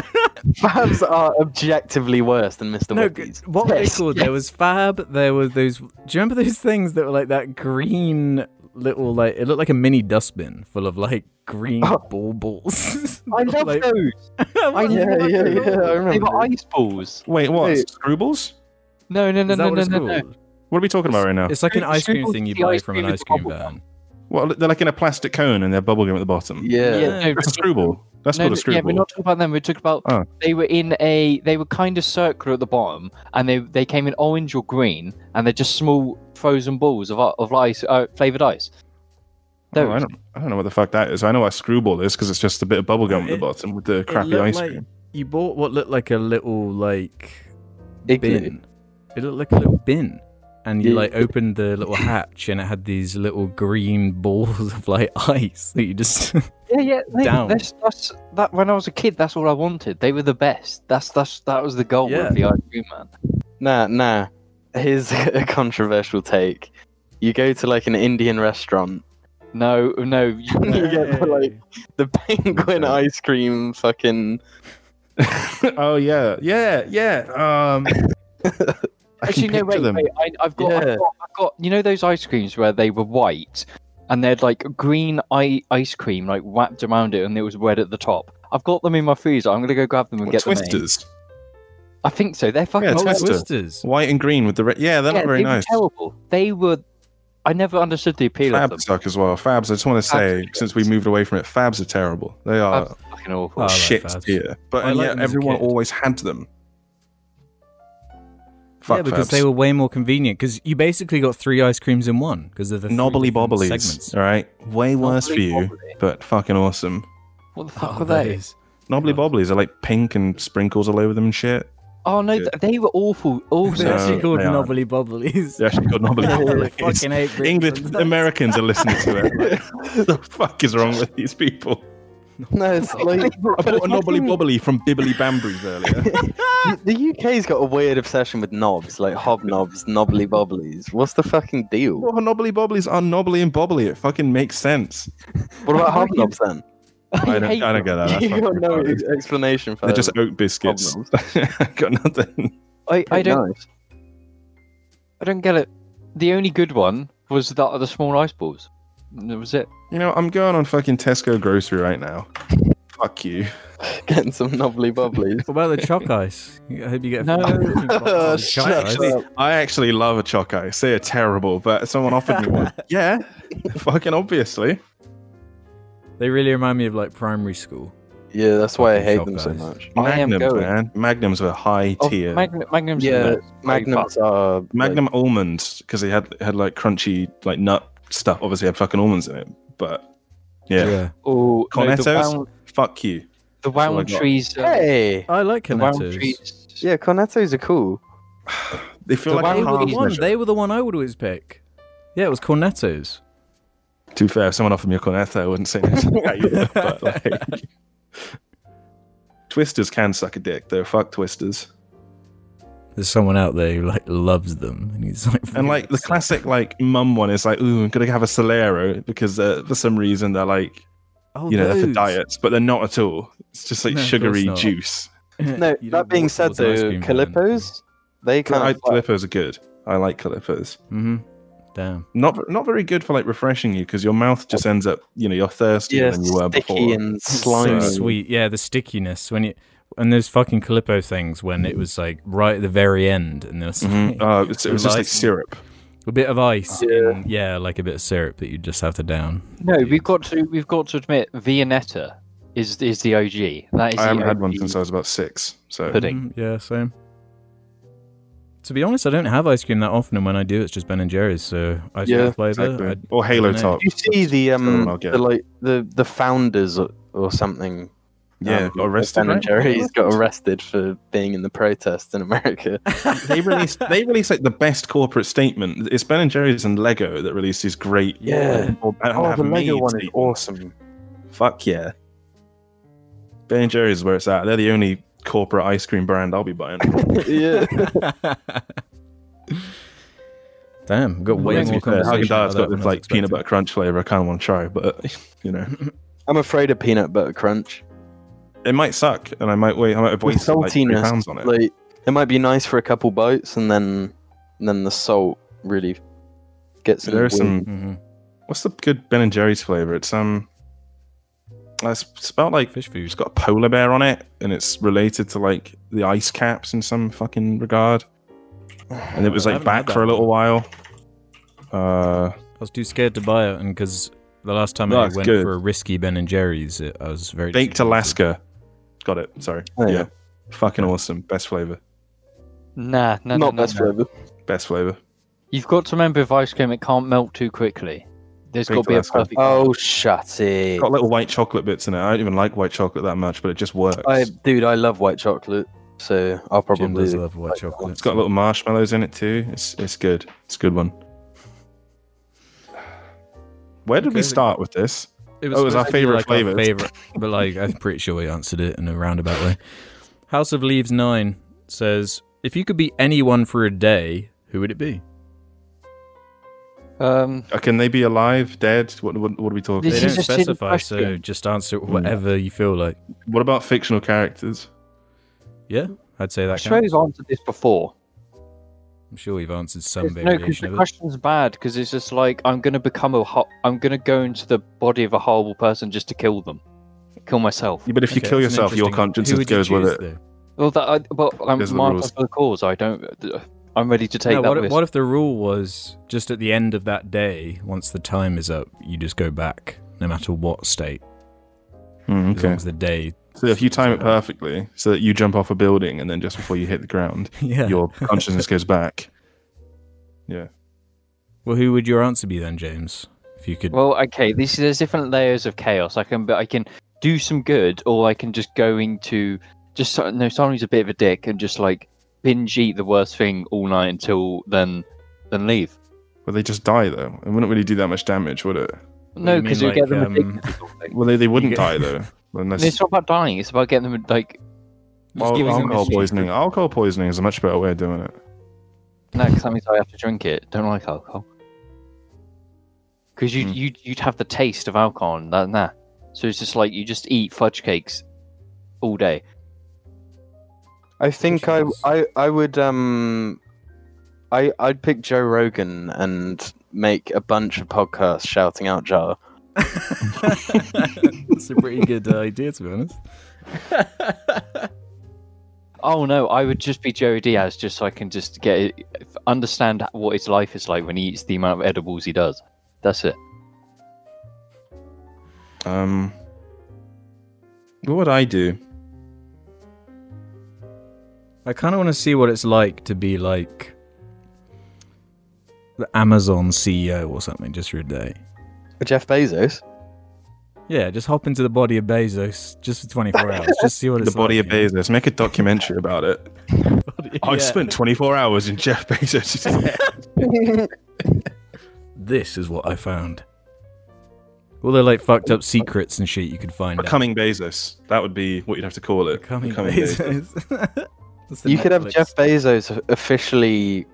Speaker 5: Fabs are objectively worse than Mr.
Speaker 1: No,
Speaker 5: Whippy's.
Speaker 1: g- what were they
Speaker 5: Yes,
Speaker 1: called? There was fab. There was those. Do you remember those things that were like that green little like? It looked like a mini dustbin full of like green
Speaker 5: Oh.
Speaker 1: baubles. <laughs>
Speaker 4: I love
Speaker 1: Like-
Speaker 4: those.
Speaker 1: I
Speaker 5: <laughs>
Speaker 4: I-
Speaker 5: Yeah, yeah, yeah. I
Speaker 4: They were
Speaker 5: remember.
Speaker 4: ice balls.
Speaker 3: Wait, what?
Speaker 5: Wait.
Speaker 3: Scroobles?
Speaker 4: No, no, no,
Speaker 1: Is that
Speaker 4: no,
Speaker 1: what
Speaker 4: no,
Speaker 1: it's
Speaker 4: no, no.
Speaker 1: called? Oh.
Speaker 3: What are we talking about right now?
Speaker 1: It's like an
Speaker 4: Scoop-
Speaker 1: ice cream
Speaker 4: Scoop
Speaker 1: thing
Speaker 4: is
Speaker 1: you
Speaker 4: the
Speaker 1: buy
Speaker 4: ice
Speaker 1: from an
Speaker 4: cream with
Speaker 1: ice cream
Speaker 4: bubble
Speaker 1: van.
Speaker 3: Well, they're like in a plastic cone and they're bubblegum at the bottom.
Speaker 5: Yeah.
Speaker 1: Yeah.
Speaker 4: Yeah, no,
Speaker 3: It's a screwball. That's
Speaker 4: No,
Speaker 3: called a
Speaker 4: yeah,
Speaker 3: screwball.
Speaker 4: we're not talking about them. We're talking about
Speaker 3: Oh.
Speaker 4: they were in a they were kind of circular at the bottom, and they they came in orange or green, and they're just small frozen balls of of ice uh, flavored ice.
Speaker 3: Oh, I
Speaker 4: Those.
Speaker 3: don't. I don't know what the fuck that is. I know what screwball is because it's just a bit of bubblegum at the
Speaker 1: It-
Speaker 3: bottom with the
Speaker 1: It
Speaker 3: crappy
Speaker 1: looked
Speaker 3: ice
Speaker 1: like-
Speaker 3: cream.
Speaker 1: You bought what looked like a little like
Speaker 5: Igloo.
Speaker 1: bin. It looked like a little bin, and you
Speaker 5: Yeah.
Speaker 1: like opened the little hatch, and it had these little green <laughs> balls of like ice that you just.
Speaker 4: <laughs> Yeah, yeah. They,
Speaker 1: Down.
Speaker 4: That's, that's that. When I was a kid, that's all I wanted. They were the best. That's that's that was the goal
Speaker 1: Yeah.
Speaker 4: of the ice cream man.
Speaker 5: Nah, nah. Here's <laughs> a controversial take. You go to like an Indian restaurant.
Speaker 4: No, no.
Speaker 3: <laughs>
Speaker 4: You,
Speaker 5: and You get the, like the <laughs> penguin ice cream fucking.
Speaker 3: oh yeah, yeah,
Speaker 1: <laughs>
Speaker 3: yeah. Um, I
Speaker 4: Actually,
Speaker 3: can
Speaker 4: no,
Speaker 3: picture
Speaker 4: wait,
Speaker 3: them.
Speaker 4: wait. I, I've, got,
Speaker 5: Yeah.
Speaker 4: I've got, I've got, you know, those ice creams where they were white and they had like green I- ice cream like wrapped around it and it was red at the top. I've got them in my freezer. I'm gonna go grab them and
Speaker 3: What,
Speaker 4: get them. in.
Speaker 3: twisters,
Speaker 4: I think so. They're fucking
Speaker 3: Yeah,
Speaker 1: Oh,
Speaker 4: horrible.
Speaker 3: Twister.
Speaker 1: twisters.
Speaker 3: white and green with the red. Yeah, they're
Speaker 4: Yeah,
Speaker 3: not very
Speaker 4: they
Speaker 3: nice.
Speaker 4: Were terrible. They were. I never understood the appeal of them.
Speaker 3: Fabs suck as well. Fabs. I just want to say,
Speaker 4: Fabs are
Speaker 3: since we moved away from it, Fabs are terrible. They are
Speaker 4: Fabs are fucking awful.
Speaker 1: Oh, I like
Speaker 3: shit
Speaker 1: Fabs.
Speaker 3: tier. But
Speaker 1: I
Speaker 3: and
Speaker 1: liked
Speaker 3: yet
Speaker 1: them as a
Speaker 3: everyone
Speaker 1: kid.
Speaker 3: always had them. Fuck
Speaker 1: yeah, because
Speaker 3: Fabs.
Speaker 1: they were way more convenient. Because you basically got three ice creams in one. Because they're the three
Speaker 3: knobbly
Speaker 1: different
Speaker 3: bobblies.
Speaker 1: segments.
Speaker 3: All right, way worse for you,
Speaker 4: Knobbly-bobbly.
Speaker 3: but fucking awesome.
Speaker 4: What the fuck
Speaker 1: Oh,
Speaker 4: were
Speaker 1: that
Speaker 4: they?
Speaker 1: is.
Speaker 3: Knobbly bobblies are like pink and sprinkles all over them and shit.
Speaker 4: Oh no,
Speaker 3: Good.
Speaker 4: th- they were awful.
Speaker 1: They're
Speaker 4: <laughs> Also,
Speaker 3: No.
Speaker 1: actually called
Speaker 3: they aren't.
Speaker 1: knobbly bobblies.
Speaker 3: They're actually
Speaker 1: <laughs>
Speaker 3: called knobbly
Speaker 1: I
Speaker 3: bobblies.
Speaker 1: fucking hate Brits
Speaker 3: <laughs> English
Speaker 1: sometimes.
Speaker 3: Americans are listening to it. Like, the fuck is wrong with these people?
Speaker 5: <laughs> No, it's like
Speaker 3: I bought a knobbly bobbly from Bibbly Bambries <laughs> earlier.
Speaker 5: the UK's got a weird obsession with knobs, like hobnobs, knobbly bobblies. What's the fucking deal?
Speaker 3: well, knobbly bobblies are knobbly and bobbly. It fucking makes sense.
Speaker 5: What about hobnobs
Speaker 3: <laughs>
Speaker 5: then?
Speaker 3: I don't,
Speaker 4: hate
Speaker 3: I don't get that.
Speaker 5: <laughs>
Speaker 3: That's
Speaker 5: you got
Speaker 3: fucking
Speaker 5: no
Speaker 3: retarded.
Speaker 5: ex- explanation for that.
Speaker 3: They're just oat biscuits.
Speaker 5: <laughs>
Speaker 3: <laughs> got nothing.
Speaker 4: I, I don't
Speaker 5: Nice. <laughs>
Speaker 4: I don't get it. The only good one was that of the small ice balls. That was it.
Speaker 3: You know, I'm going on fucking Tesco grocery right now. Fuck you.
Speaker 5: Getting some knobbly bobblies.
Speaker 1: <laughs> What about the chalk ice? I hope you get a
Speaker 4: No.
Speaker 1: fucking
Speaker 3: <laughs>
Speaker 1: box of
Speaker 5: Oh,
Speaker 1: chalk
Speaker 5: shut
Speaker 1: ice.
Speaker 3: Actually, I actually love a choc ice. They are terrible, but someone offered me one. Yeah, <laughs> fucking obviously.
Speaker 1: They really remind me of like primary school.
Speaker 5: Yeah, that's why I
Speaker 1: Fucking
Speaker 5: hate
Speaker 1: shop
Speaker 5: them so
Speaker 1: guys.
Speaker 5: much.
Speaker 4: I am
Speaker 3: Magnums,
Speaker 4: going.
Speaker 3: man. Magnums were high
Speaker 4: Oh,
Speaker 3: tier.
Speaker 4: Magn- Magnum's the
Speaker 5: Yeah,
Speaker 4: best.
Speaker 5: Magnums are like,
Speaker 3: Magnum almonds because they had had like crunchy like nut stuff. Obviously, had fucking almonds in it, but yeah,
Speaker 4: Oh, no, the
Speaker 3: Cornettos?
Speaker 4: round,
Speaker 3: fuck you.
Speaker 4: the
Speaker 3: all I
Speaker 4: round
Speaker 3: got.
Speaker 4: trees. uh,
Speaker 5: Hey.
Speaker 1: I like
Speaker 4: the round
Speaker 1: Canettos.
Speaker 4: trees.
Speaker 5: Yeah, cornettos are cool.
Speaker 3: They feel
Speaker 4: The
Speaker 3: like
Speaker 1: They
Speaker 4: wild
Speaker 3: a
Speaker 1: were
Speaker 3: half
Speaker 1: the one.
Speaker 3: measure.
Speaker 1: They were the one I would always pick. Yeah, it was Cornettos.
Speaker 3: To be fair, if someone offered me a cornetto, I wouldn't say no to that either. But
Speaker 4: <laughs>
Speaker 3: like, twisters can suck a dick, though. Fuck twisters.
Speaker 1: There's someone out there who like loves them, and he's like,
Speaker 3: And like the classic like mum one is like, ooh, I'm gonna have a Solero because uh, for some reason they're like,
Speaker 1: oh,
Speaker 3: you know, they're for
Speaker 1: those. <laughs>
Speaker 3: diets, but they're not at all. It's just like
Speaker 1: No, of course
Speaker 3: sugary
Speaker 1: not.
Speaker 3: juice.
Speaker 5: No,
Speaker 1: You don't
Speaker 5: that being
Speaker 1: walk
Speaker 5: said
Speaker 1: towards an ice
Speaker 5: though,
Speaker 1: cream van.
Speaker 5: calippos, they
Speaker 3: I,
Speaker 5: kind of
Speaker 3: Calippos are good. I like Calippos.
Speaker 1: Mhm. Damn.
Speaker 3: Not not very good for like refreshing you because your mouth just ends up, you know, you're thirsty
Speaker 5: yeah,
Speaker 3: than you were
Speaker 5: sticky
Speaker 3: before.
Speaker 5: and
Speaker 1: So
Speaker 5: slimy.
Speaker 1: sweet. Yeah, the stickiness when you and those fucking Calippo things when it was like right at the very end, and there was
Speaker 3: Mhm.
Speaker 1: like,
Speaker 3: Oh, it's- it was just like
Speaker 1: Like-
Speaker 3: syrup.
Speaker 1: <laughs> a bit of ice.
Speaker 5: Yeah.
Speaker 1: and, yeah, like a bit of syrup that you just have to down.
Speaker 4: No, we've got to we've got to admit Viennetta is is the OG. That is
Speaker 3: I
Speaker 4: the
Speaker 3: haven't had one
Speaker 4: OG.
Speaker 3: since I was about six. So
Speaker 4: pudding.
Speaker 1: Mm, yeah, same. To be honest, I don't have ice cream that often, and when I do, it's just Ben and Jerry's. So ice
Speaker 5: Yeah,
Speaker 1: cream flavor.
Speaker 3: Exactly.
Speaker 1: I-
Speaker 3: or Halo
Speaker 1: dunno.
Speaker 3: Top.
Speaker 5: You see the
Speaker 3: Someone I'll
Speaker 5: um,
Speaker 3: get.
Speaker 5: the, like the the founders or, or something.
Speaker 3: Yeah,
Speaker 5: um,
Speaker 3: got arrested.
Speaker 5: Ben and
Speaker 3: right?
Speaker 5: Jerry's got arrested for being in the protests in <laughs> America.
Speaker 3: they released they
Speaker 5: <laughs>
Speaker 3: released like the best corporate statement. It's Ben and Jerry's and Lego that released these great
Speaker 5: Yeah. Oh,
Speaker 3: and have made statements.
Speaker 5: awesome.
Speaker 3: Fuck yeah. Ben and Jerry's is where it's at. They're the only corporate ice cream brand I'll be buying.
Speaker 5: yeah,
Speaker 1: <laughs> Damn, got way
Speaker 3: to
Speaker 1: more
Speaker 3: be fair, Häagen-Dazs
Speaker 1: conversation. out of that
Speaker 3: got
Speaker 1: than I was
Speaker 3: this like peanut
Speaker 1: expecting.
Speaker 3: butter crunch flavor. I kind of want to try, but <laughs> you know,
Speaker 5: I'm afraid of peanut butter crunch.
Speaker 3: it might suck, and I might wait. I might have
Speaker 5: With
Speaker 3: wasted like three
Speaker 5: saltiness,
Speaker 3: pounds on it.
Speaker 5: Like it might be nice for a couple bites, and then and then the salt really gets. in
Speaker 3: there
Speaker 5: the
Speaker 3: are some.
Speaker 1: Mhm.
Speaker 3: What's the good Ben and Jerry's flavor? It's um, it's it's about like
Speaker 1: Fish food.
Speaker 3: It's got a polar bear on it, and it's related to like the ice caps in some fucking regard. And it was
Speaker 1: I
Speaker 3: like
Speaker 1: haven't had
Speaker 3: back for a
Speaker 1: that
Speaker 3: little while. Uh,
Speaker 1: I was too scared to buy it, and because The last time
Speaker 3: That's
Speaker 1: I went
Speaker 3: good.
Speaker 1: for a risky Ben and Jerry's, it, I was very
Speaker 3: Baked
Speaker 1: disappointed.
Speaker 3: Alaska. Got it. Sorry.
Speaker 5: Oh,
Speaker 3: yeah.
Speaker 5: yeah.
Speaker 3: Fucking awesome. Best flavor.
Speaker 4: Nah, no, no,
Speaker 5: Not
Speaker 4: no,
Speaker 5: best
Speaker 4: no.
Speaker 5: forever.
Speaker 3: Best flavor.
Speaker 4: You've got to remember if ice cream, it can't melt too quickly. There's got to
Speaker 3: Baked
Speaker 4: be a
Speaker 3: Alaska.
Speaker 4: perfect.
Speaker 5: Oh, shut it.
Speaker 3: Got little white chocolate bits in it. I don't even like white chocolate that much, but it just works.
Speaker 5: I, dude, I love white chocolate, so I'll
Speaker 1: Jim
Speaker 5: probably.
Speaker 1: does love white chocolate.
Speaker 3: it's got little marshmallows in it too. It's it's good. It's a good one. Where did we
Speaker 1: Okay.
Speaker 3: start with this? Oh, it was our
Speaker 1: supposed to be,
Speaker 3: favourite
Speaker 1: like, our
Speaker 3: flavours.
Speaker 1: favourite, but like I'm pretty sure we answered it in a roundabout way. House of Leaves Nine says, "If you could be anyone for a day, who would it be?"
Speaker 5: Oh.
Speaker 4: Um,
Speaker 3: Uh, Can they be alive, dead? What what, what are we talking?
Speaker 1: They
Speaker 4: This
Speaker 3: About?
Speaker 1: don't
Speaker 4: is a silly
Speaker 1: specify, so
Speaker 4: question.
Speaker 1: just answer
Speaker 3: Hmm.
Speaker 1: whatever you feel like.
Speaker 3: What about fictional characters?
Speaker 1: Yeah, I'd say
Speaker 4: I
Speaker 1: that.
Speaker 4: swear
Speaker 1: Counts.
Speaker 4: we've answered this before.
Speaker 1: I'm sure we've answered some
Speaker 4: It's- No, because
Speaker 1: variation
Speaker 4: the
Speaker 1: of it.
Speaker 4: question's bad because it's just like I'm gonna become a ho- I'm gonna go into the body of a horrible person just to kill them, kill myself.
Speaker 3: Yeah, But if you
Speaker 1: Okay,
Speaker 3: kill
Speaker 1: that's an
Speaker 3: yourself, your
Speaker 1: interesting-
Speaker 3: conscience
Speaker 1: who would you
Speaker 3: goes with
Speaker 1: choose,
Speaker 3: it.
Speaker 1: though?
Speaker 4: Well, that I, but I'm
Speaker 3: Because of the
Speaker 4: mindful
Speaker 3: rules.
Speaker 4: for the cause. I don't. I'm ready to take
Speaker 1: No,
Speaker 4: that
Speaker 1: what, if-
Speaker 4: risk.
Speaker 1: what if the rule was just at the end of that day, once the time is up, you just go back, no matter what state,
Speaker 3: Hmm,
Speaker 1: as long
Speaker 3: okay.
Speaker 1: as the day.
Speaker 3: So if you time it perfectly, so that you jump off a building and then just before you hit the ground,
Speaker 1: <laughs> Yeah.
Speaker 3: your consciousness goes back. Yeah.
Speaker 1: Well, who would your answer be then, James? If you could.
Speaker 4: Well, okay. This there's different layers of chaos. I can but I can do some good, or I can just go into just so- no. Someone who's a bit of a dick and just like binge eat the worst thing all night until then then leave.
Speaker 3: Well, they just die though. It wouldn't really do that much damage, would it?
Speaker 4: No,
Speaker 1: you
Speaker 4: because
Speaker 1: mean,
Speaker 4: you'll get
Speaker 1: like,
Speaker 4: them
Speaker 1: um,
Speaker 4: addicted. to something.
Speaker 3: Well, they, they wouldn't
Speaker 1: get- <laughs>
Speaker 3: die though, unless
Speaker 4: It's not about dying. It's about getting them like.
Speaker 3: Al-
Speaker 1: giving them
Speaker 3: alcohol
Speaker 1: a shake.
Speaker 3: poisoning. Alcohol poisoning is a much better way of doing it.
Speaker 4: No, because that means I have to drink it. Don't like alcohol. Because you
Speaker 3: Hmm.
Speaker 4: you you'd have the taste of alcohol and that and that. So it's just like you just eat fudge cakes all day.
Speaker 5: I think I,
Speaker 1: Questions.
Speaker 5: I I would um I I'd pick Joe Rogan and make a bunch of podcasts shouting out Jar.
Speaker 1: <laughs> That's a pretty good uh, idea, to be honest.
Speaker 4: Oh no, I would just be Joey Diaz just so I can just get it, understand what his life is like when he eats the amount of edibles he does. That's it.
Speaker 3: Um, what would I do?
Speaker 1: I kind of want to see what it's like to be like the Amazon CEO or something just for a day.
Speaker 5: Jeff Bezos.
Speaker 1: Yeah, just hop into the body of Bezos just for 24 hours. Just see what
Speaker 3: <laughs> The
Speaker 1: it's
Speaker 3: body
Speaker 1: like.
Speaker 3: of Bezos. Make a documentary
Speaker 1: <laughs>
Speaker 3: about it. I spent 24 hours in
Speaker 1: <laughs>
Speaker 3: Jeff Bezos' head.
Speaker 1: This is what I found. All the like fucked up secrets and shit you could find. out.
Speaker 3: Becoming Bezos. That would be what you'd have to call it.
Speaker 1: Becoming
Speaker 3: Becoming
Speaker 1: Bezos. <laughs> That's the
Speaker 5: you could have
Speaker 1: Netflix. <laughs>
Speaker 5: Jeff Bezos officially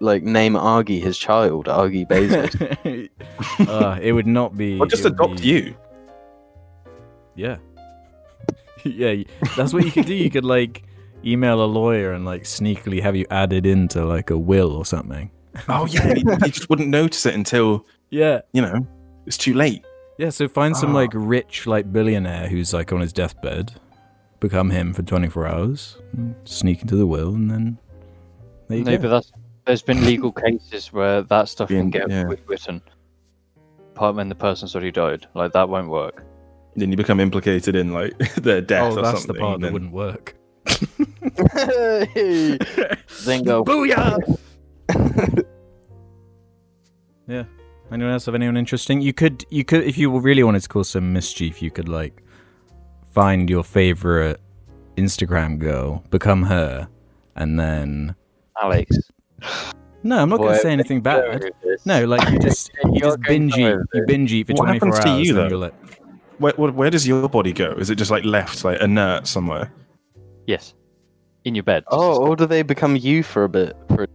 Speaker 5: like name Argy his child, <laughs> Argy
Speaker 1: <laughs>
Speaker 5: Bezos.
Speaker 1: uh, it would not be.
Speaker 3: Or just
Speaker 1: it would
Speaker 3: adopt
Speaker 1: be-
Speaker 3: you.
Speaker 1: Yeah. <laughs> yeah, y- that's what you could do. You could like email a lawyer and like sneakily have you added into like a will or something.
Speaker 3: Oh, <laughs> yeah. you you just wouldn't notice it until,
Speaker 1: Yeah.
Speaker 3: you know, it's too late.
Speaker 1: Yeah, so find some
Speaker 3: Ah.
Speaker 1: like rich like billionaire who's like on his deathbed, become him for 24 hours, and sneak into the will and then there you
Speaker 4: No,
Speaker 1: go.
Speaker 4: but that's, there's been legal cases where that stuff
Speaker 3: Being-
Speaker 4: can get
Speaker 3: yeah.
Speaker 4: rewritten. Apart when the person's already died, like that won't work.
Speaker 3: Then you become implicated in, like, <laughs> their death
Speaker 1: Oh,
Speaker 3: or
Speaker 1: that's the
Speaker 3: something.
Speaker 1: part that
Speaker 3: then-
Speaker 1: wouldn't work.
Speaker 5: <laughs> Zingo.
Speaker 1: Booyah! <laughs> yeah. Anyone else have anyone interesting? You could, you could, if you really wanted to cause some mischief, you could like find your favorite Instagram girl, become her, and then.
Speaker 4: Alex.
Speaker 1: No, I'm not going
Speaker 5: Boy,
Speaker 1: to say anything bad. No, like you just, you
Speaker 4: <laughs> You're
Speaker 1: just binge
Speaker 4: going
Speaker 1: eat,
Speaker 4: somewhere
Speaker 1: you
Speaker 4: with
Speaker 1: binge eat for
Speaker 3: What
Speaker 1: 24
Speaker 3: happens
Speaker 1: hours.
Speaker 3: to you,
Speaker 1: and
Speaker 3: though?
Speaker 1: you're like,
Speaker 3: Where, where, where does your body go? Is it just, like, left, like, inert somewhere?
Speaker 4: Yes. In your bed.
Speaker 5: Oh, or do they become you for a bit? For...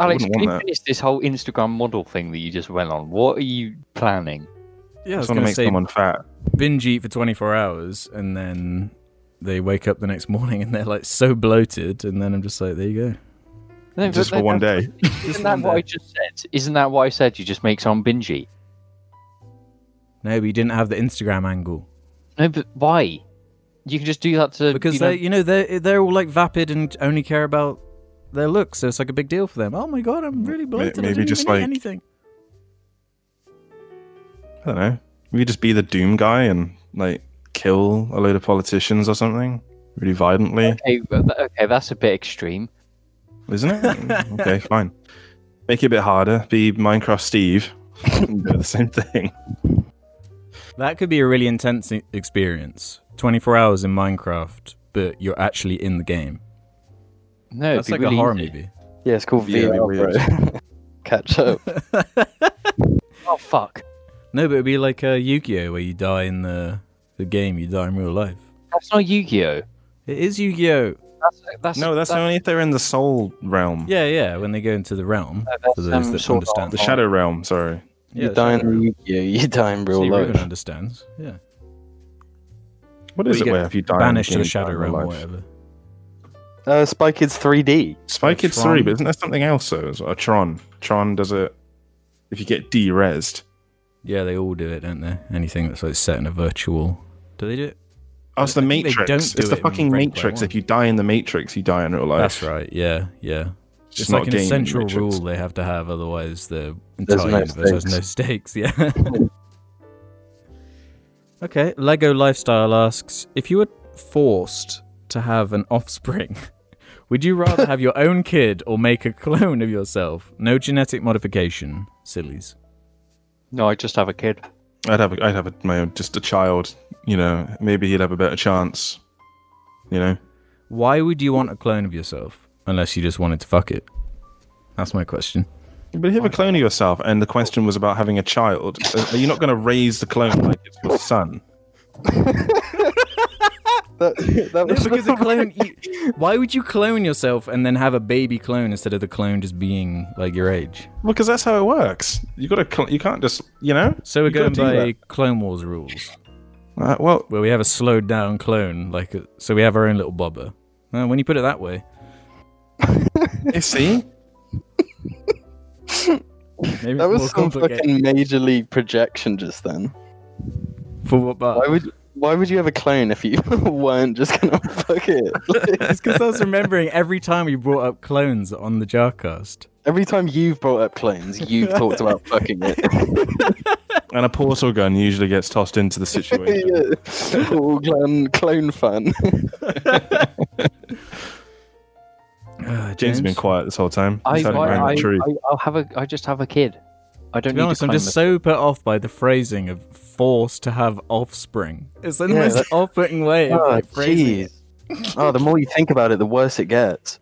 Speaker 4: Alex,
Speaker 3: wouldn't
Speaker 4: can you
Speaker 3: want that.
Speaker 4: finish this whole Instagram model thing that you just went on? What are you planning?
Speaker 1: yeah, I was
Speaker 3: just want to
Speaker 1: going to
Speaker 3: make
Speaker 1: say
Speaker 3: someone fat.
Speaker 1: binge eat for 24 hours and then they wake up the next <laughs> morning and they're like so bloated and then I'm just like, there you go.
Speaker 4: No, but
Speaker 3: Just for
Speaker 4: that-
Speaker 3: one
Speaker 4: that's-
Speaker 3: day.
Speaker 4: Isn't
Speaker 1: one
Speaker 4: that what
Speaker 1: day.
Speaker 4: I just said? Isn't that what I said? You just make someone binge eat.
Speaker 1: No, but you didn't have the Instagram angle.
Speaker 4: No, but why? You can just do that to
Speaker 1: because
Speaker 4: you know,
Speaker 1: they you know they're they're all like vapid and only care about their looks so it's like a big deal for them oh my god i'm really bloated I
Speaker 3: maybe
Speaker 1: didn't
Speaker 3: just
Speaker 1: even eat
Speaker 3: like-
Speaker 1: anything
Speaker 3: I don't know. We could just be the Doom guy and like kill a load of politicians or something really violently,
Speaker 4: Okay, well, th- okay, that's a bit extreme.
Speaker 3: isn't it? okay, fine. Make it a bit harder. Be Minecraft Steve. <laughs> and do the same thing.
Speaker 1: That could be a really intense e- experience. 24 hours in Minecraft, but you're actually in the game.
Speaker 4: No, it'd
Speaker 1: That's
Speaker 4: be
Speaker 1: like
Speaker 4: really
Speaker 1: a horror
Speaker 4: easy.
Speaker 1: movie.
Speaker 5: Yeah, it's called
Speaker 7: Yeah,
Speaker 5: VR, bro. Catch up.
Speaker 4: Oh fuck,
Speaker 1: No, but it'd be like uh, Yu-Gi-Oh, where you die in the the game, you die in real life.
Speaker 4: that's not Yu-Gi-Oh.
Speaker 1: It is Yu-Gi-Oh.
Speaker 4: That's, that's
Speaker 3: No, that's
Speaker 4: that's,
Speaker 3: only if they're in the Soul realm.
Speaker 1: Yeah, yeah. When they go into the realm,
Speaker 4: that's,
Speaker 1: for those
Speaker 4: um,
Speaker 1: that
Speaker 4: Sword Art
Speaker 1: understand,
Speaker 3: The Shadow realm. Sorry.
Speaker 1: Yeah,
Speaker 5: <laughs> you die in real, yeah, you die in real
Speaker 1: See, Ruben
Speaker 5: life.
Speaker 1: understands. Yeah,
Speaker 3: What
Speaker 1: Well,
Speaker 3: is
Speaker 1: you
Speaker 3: it
Speaker 1: get
Speaker 3: where if you die in
Speaker 1: banished to
Speaker 3: game,
Speaker 1: the
Speaker 3: you die
Speaker 1: shadow
Speaker 3: in
Speaker 1: realm or
Speaker 3: life?
Speaker 1: whatever.
Speaker 5: Uh, Spy Kids 3D.
Speaker 3: Spy
Speaker 1: Or
Speaker 3: Kids
Speaker 1: Tron.
Speaker 3: 3, but isn't there something else though? as well? Tron. Tron does it if you get de-resed.
Speaker 1: Yeah, they all do it, don't they? Anything that's like set in a virtual. Do they do it?
Speaker 3: Oh, it's the
Speaker 1: I think they
Speaker 3: Matrix.
Speaker 1: don't do
Speaker 3: it's the
Speaker 1: it in
Speaker 3: fucking
Speaker 1: Ready Player
Speaker 3: Matrix.
Speaker 1: One.
Speaker 3: If you die in the Matrix, you die in real life.
Speaker 1: That's right. Yeah, yeah.
Speaker 3: It's
Speaker 1: It's,
Speaker 3: just
Speaker 1: like an
Speaker 3: a game in
Speaker 1: essential
Speaker 3: Matrix.
Speaker 1: rule they have to have, otherwise the entire
Speaker 5: no
Speaker 1: universe has no stakes. <laughs> Yeah. okay. Lego lifestyle asks if you were forced to have an offspring. <laughs> Would you rather have your own kid or make a clone of yourself? No genetic modification, sillies.
Speaker 4: No, I just have a kid.
Speaker 3: I'd have a, I'd have a, my own just a child. You know, maybe he'd have a better chance. You know,
Speaker 1: Why would you want a clone of yourself unless you just wanted to fuck it? That's my question.
Speaker 3: but if you have a clone of yourself, and the question was about having a child. uh, are- Are you not going to raise the clone like it's your son?
Speaker 5: That, that was
Speaker 1: because a clone.
Speaker 5: <laughs>
Speaker 1: You, why would you clone yourself and then have a baby clone instead of the clone just being like your age?
Speaker 3: Well, because that's how it works. You got to. Cl- you can't just. You know.
Speaker 1: So we're
Speaker 3: You gotta
Speaker 1: going by
Speaker 3: do
Speaker 1: Clone Wars rules,
Speaker 3: that. Uh, well,
Speaker 1: where we have a slowed down clone, like a, so we have our own little bobber. Uh, when you put it that way,
Speaker 3: you see,
Speaker 1: maybe
Speaker 5: that
Speaker 1: it's
Speaker 5: was
Speaker 1: more
Speaker 5: some
Speaker 1: complicated.
Speaker 5: fucking major league projection just then.
Speaker 1: For what? But
Speaker 5: Why would why would you have a clone if you <laughs> weren't just gonna fuck it? Like,
Speaker 1: it's because I was remembering every time we brought up clones on the Jarcast.
Speaker 5: every time you've brought up clones, you've talked <laughs> about fucking it.
Speaker 3: and a portal gun usually gets tossed into
Speaker 1: <laughs>
Speaker 3: the situation.
Speaker 5: Yeah. All clone, clone fun.
Speaker 1: Uh,
Speaker 3: <sighs> James has been quiet this whole time.
Speaker 4: I,
Speaker 3: He's
Speaker 4: I,
Speaker 3: hiding behind
Speaker 4: I,
Speaker 3: the tree.
Speaker 4: I, I'll have a. I just have a kid. I don't
Speaker 1: To
Speaker 4: need
Speaker 1: be honest,
Speaker 4: to
Speaker 1: I'm
Speaker 4: claim
Speaker 1: just
Speaker 4: it.
Speaker 1: so put off by the phrasing of forced to have offspring. It's the
Speaker 5: Yeah,
Speaker 1: most
Speaker 5: that-
Speaker 1: <laughs> off-putting way
Speaker 5: <laughs>
Speaker 1: of
Speaker 5: Oh,
Speaker 1: like, phrasing it.
Speaker 5: oh, the more you think about it, the worse it gets.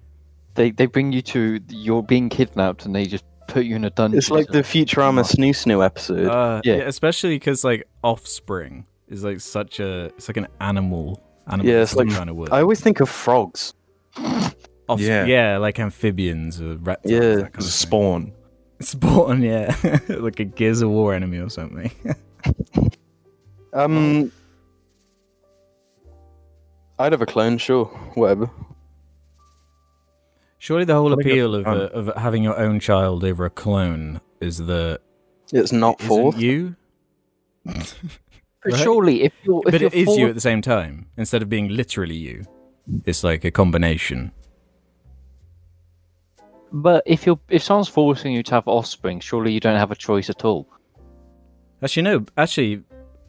Speaker 4: They they bring you to you're being kidnapped and they just put you in a dungeon.
Speaker 5: It's like the Futurama Snoo Snoo episode.
Speaker 1: Uh, yeah.
Speaker 4: Yeah.
Speaker 1: especially because like offspring is like such a it's like an animal. animal
Speaker 5: Yeah, it's like-
Speaker 1: kind of word.
Speaker 5: I always think of frogs.
Speaker 1: Offs-
Speaker 3: Yeah.
Speaker 1: like amphibians or reptiles.
Speaker 5: Yeah.
Speaker 1: that kind of
Speaker 3: It's a
Speaker 1: thing. <laughs>
Speaker 3: spawn.
Speaker 1: Spawn, yeah, <laughs> like a Gears of War enemy or something. <laughs>
Speaker 5: Um, I'd have a clone, sure. Whatever.
Speaker 1: Surely the whole
Speaker 3: I think that's
Speaker 1: appeal of,
Speaker 3: fun.
Speaker 1: uh, of having your own child over a clone is that
Speaker 5: It's not
Speaker 1: it
Speaker 5: for
Speaker 1: isn't you,
Speaker 4: But
Speaker 1: right?
Speaker 4: surely if you're if
Speaker 1: but
Speaker 4: you're
Speaker 1: it is
Speaker 4: forced,
Speaker 1: you at the same time. Instead of being literally you, it's like a combination.
Speaker 4: but if you're if someone's forcing you to have offspring, surely you don't have a choice at all.
Speaker 1: Actually, no. Actually,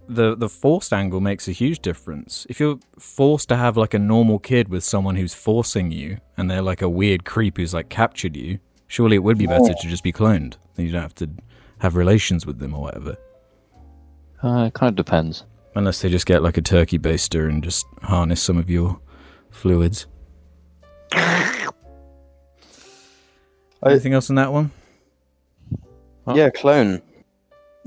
Speaker 1: the the forced angle makes a huge difference. If you're forced to have like a normal kid with someone who's forcing you, and they're like a weird creep who's like captured you, surely it would be better to just be cloned. Then you don't have to have relations with them or whatever.
Speaker 4: Uh, it kind of depends.
Speaker 1: Unless they just get like a turkey baster and just harness some of your fluids.
Speaker 5: I-
Speaker 1: Anything else on that one?
Speaker 5: Yeah, clone.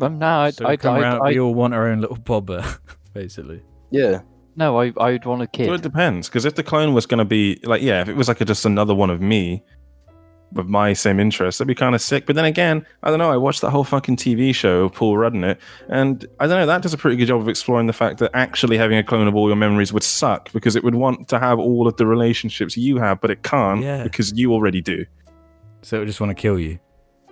Speaker 4: Um, no, I,
Speaker 1: So
Speaker 4: I,
Speaker 1: we come
Speaker 4: I,
Speaker 1: round-
Speaker 4: I-
Speaker 1: we all want our own little bobber, <laughs> basically.
Speaker 5: Yeah.
Speaker 4: no, I, I would want a kid.
Speaker 3: Well, it depends. Because if the clone was going to be like, yeah, if it was like a, just another one of me with my same interests, that'd be kind of sick. But then again, I don't know. I watched that whole fucking TV show of Paul Rudd in it, and I don't know. That does a pretty good job of exploring the fact that actually having a clone of all your memories would suck because it would want to have all of the relationships you have, but it can't
Speaker 1: Yeah.
Speaker 3: because you already do.
Speaker 1: So we just want to kill you.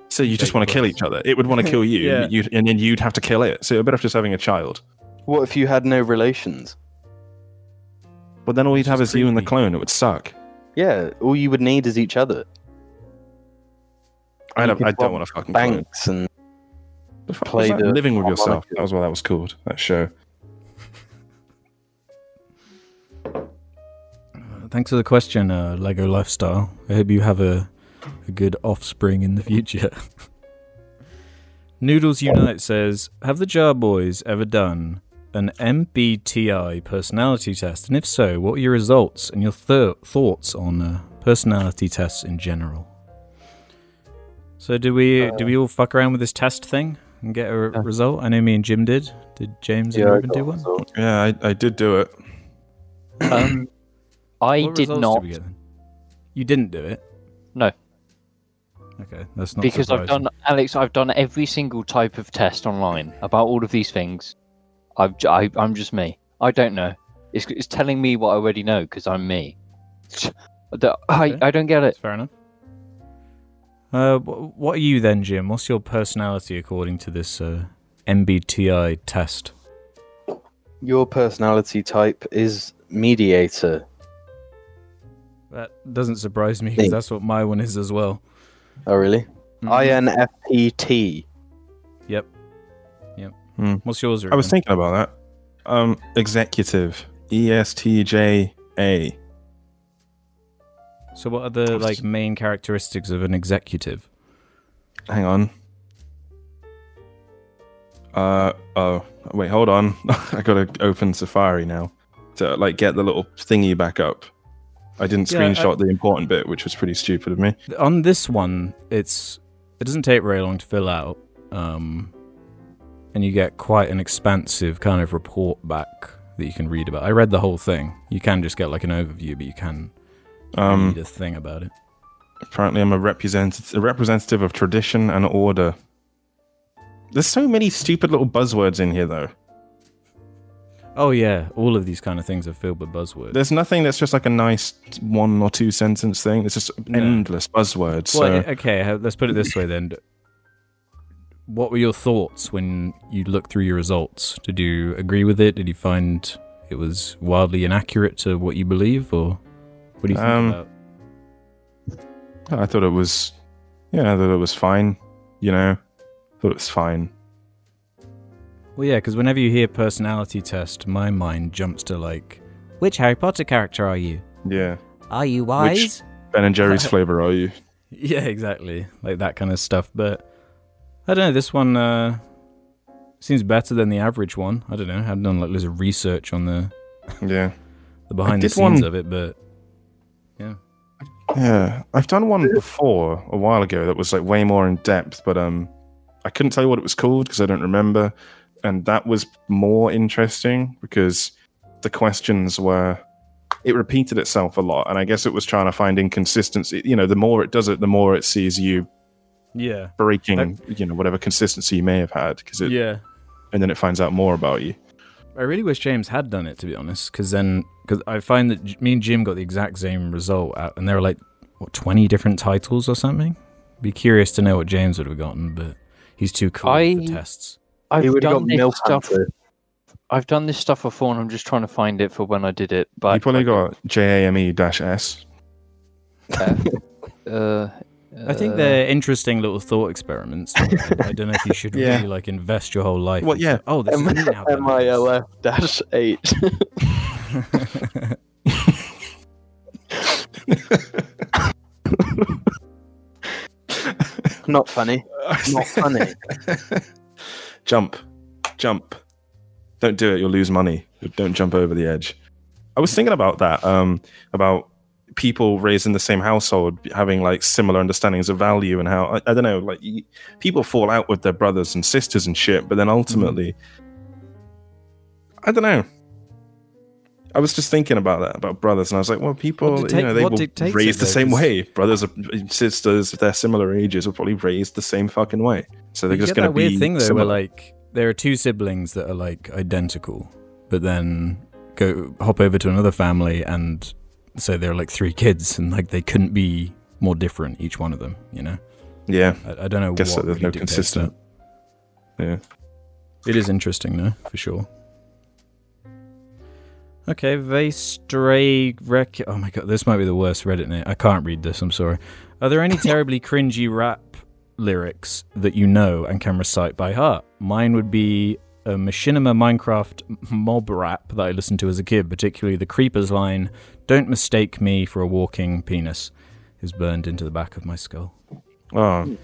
Speaker 3: So you just
Speaker 1: Take
Speaker 3: want to kill
Speaker 1: place.
Speaker 3: each other. It would want to kill you,
Speaker 1: Yeah.
Speaker 3: and, you'd, and then you'd have to kill it. So you're better off just having a child.
Speaker 5: What if you had no relations?
Speaker 3: But then all you'd have is
Speaker 1: Just
Speaker 3: you and the
Speaker 1: creepy.
Speaker 3: clone. It would suck.
Speaker 5: Yeah, all you would need is each other.
Speaker 3: I
Speaker 5: You
Speaker 3: don't,
Speaker 5: could
Speaker 3: I don't
Speaker 5: rob
Speaker 3: want to fucking clone.
Speaker 5: Banks and
Speaker 3: The fuck
Speaker 5: Play
Speaker 3: was that?
Speaker 5: the
Speaker 3: living with yourself.
Speaker 5: harmonica.
Speaker 3: That was what that was called. That show.
Speaker 1: Thanks for the question, uh, Lego Lifestyle. I hope you have a, a good offspring in the future. <laughs> Noodles Unite says Have the Jar Boys ever done an MBTI personality test? And if so, what are your results and your th- thoughts on uh, personality tests in general? So, do we do we all fuck around with this test thing and get a re- result? I know me and Jim did. Did James and Ruben do one?
Speaker 3: Yeah, I, I did do it.
Speaker 4: Um, I
Speaker 1: What
Speaker 4: did
Speaker 1: results
Speaker 4: not
Speaker 1: we get then? you didn't do it.
Speaker 4: No.
Speaker 1: Okay, that's not
Speaker 4: because I've
Speaker 1: surprising.
Speaker 4: done Alex. I've done every single type of test online about all of these things. I've j- I, have i am just me. I don't know. It's, it's telling me what I already know because I'm me. <laughs> The- I,
Speaker 1: Okay.
Speaker 4: I don't get it.
Speaker 1: That's fair enough. Uh, wh- what are you then, Jim? What's your personality according to this uh, MBTI test?
Speaker 5: Your personality type is mediator.
Speaker 1: That doesn't surprise me
Speaker 5: 'cause
Speaker 1: because
Speaker 5: Think.
Speaker 1: that's what my one is as well.
Speaker 5: Oh, really? INFPT.
Speaker 1: Yep. Yep.
Speaker 3: Hmm.
Speaker 1: What's yours?
Speaker 3: I was thinking about that. Um, executive. E S T J A.
Speaker 1: So, what are the like main characteristics of an executive?
Speaker 3: Hang on. Uh oh. Wait, hold on. <laughs> I gotta open Safari now to like get the little thingy back up. I didn't
Speaker 1: Yeah, I-
Speaker 3: screenshot the important bit, which was pretty stupid of me.
Speaker 1: on this one it's it doesn't take very long to fill out um and you get quite an expansive kind of report back that you can read about i read the whole thing you can just get like an overview but you can
Speaker 3: Um,
Speaker 1: read a thing about it
Speaker 3: apparently, I'm a representative, a representative of tradition and order. There's so many stupid little buzzwords in here, though.
Speaker 1: oh yeah all of these kind of things are filled with buzzwords
Speaker 3: There's nothing that's just like a nice one or two sentence thing. It's just endless buzzwords.
Speaker 1: well
Speaker 3: so.
Speaker 1: i- okay ha- let's put it this way then what were your thoughts when you looked through your results did you agree with it did you find it was wildly inaccurate to what you believe or what do you think
Speaker 3: Um,
Speaker 1: about
Speaker 3: I thought it was, yeah, I thought it was fine. You know, thought it was fine.
Speaker 1: Well, yeah, because whenever you hear personality test, my mind jumps to like, which Harry Potter character are you?
Speaker 3: Yeah.
Speaker 8: Are you
Speaker 3: wise? Ben and Jerry's flavor, are you?
Speaker 1: <laughs> Yeah, exactly, like that kind of stuff. But I don't know. This one uh, seems better than the average one. I don't know. I haven't done like loads of research on the,
Speaker 3: Yeah.
Speaker 1: the behind the
Speaker 3: did
Speaker 1: scenes
Speaker 3: one-
Speaker 1: of it, but
Speaker 3: Yeah. I've done one before a while ago that was like way more in depth, but um, I couldn't tell you what it was called because I don't remember. And that was more interesting because the questions were, it repeated itself a lot. And I guess it was trying to find inconsistency. You know, the more it does it, the more it sees you
Speaker 1: yeah,
Speaker 3: breaking, you know, whatever consistency you may have had. Because it,
Speaker 1: yeah.
Speaker 3: and then it finds out more about you.
Speaker 1: I really wish James had done it to be honest, because then because I find that J- me and Jim got the exact same result, out, and there were like what twenty different titles or something. Be curious to know what James would have gotten, but he's too cool
Speaker 4: I-
Speaker 1: for tests.
Speaker 4: I've
Speaker 5: He would have
Speaker 4: done
Speaker 5: got
Speaker 4: this
Speaker 5: milk
Speaker 4: stuff. I've done this stuff before, and I'm just trying to find it for when I did it. But
Speaker 3: you probably got JAME E dash S.
Speaker 4: Uh,
Speaker 1: I think
Speaker 4: uh,
Speaker 1: they're interesting little thought experiments. but I don't know if you should
Speaker 3: <laughs> Yeah.
Speaker 1: really like invest your whole life.
Speaker 3: Well,
Speaker 1: into-
Speaker 3: yeah.
Speaker 1: Oh, this is me now. that
Speaker 3: uh,
Speaker 1: matters.
Speaker 5: dash <laughs> eight. Not funny. Not funny.
Speaker 3: jump. Jump. Don't do it, you'll lose money. Don't jump over the edge. I was thinking about that, um, about people raised in the same household having like similar understandings of value and how I, I don't know, like y people fall out with their brothers and sisters and shit, but then
Speaker 1: Mm.
Speaker 3: ultimately, I don't know. I was just thinking about that about brothers, and I was like, well, people,
Speaker 1: What
Speaker 3: you know,
Speaker 1: dictate-
Speaker 3: they
Speaker 1: what
Speaker 3: were
Speaker 1: dictates
Speaker 3: raised
Speaker 1: it,
Speaker 3: the
Speaker 1: though,
Speaker 3: same
Speaker 1: 'cause-
Speaker 3: way. Brothers and sisters, if they're similar ages, were probably raised the same fucking way. So they're
Speaker 1: You
Speaker 3: just
Speaker 1: get
Speaker 3: going
Speaker 1: that
Speaker 3: to be
Speaker 1: weird thing though,
Speaker 3: similar.
Speaker 1: where like there are two siblings that are like identical, but then go hop over to another family and say there are like three kids, and like they couldn't be more different each one of them. You know,
Speaker 3: yeah,
Speaker 1: I, I don't know.
Speaker 3: guess
Speaker 1: what
Speaker 3: that there's
Speaker 1: really
Speaker 3: no
Speaker 1: dictates
Speaker 3: consistent. Yeah.
Speaker 1: It is interesting, though, for sure. Okay, they stray rec. Oh
Speaker 3: <laughs>
Speaker 1: my god, this might be the worst Reddit name. I can't read this. I'm sorry. Are there any terribly cringy rap lyrics that you know and can recite by heart. Mine would be a machinima Minecraft mob rap that I listened to as a kid, particularly the Creepers line, Don't mistake me for a walking penis, is burned into the back of my skull. Hmm.
Speaker 3: Oh,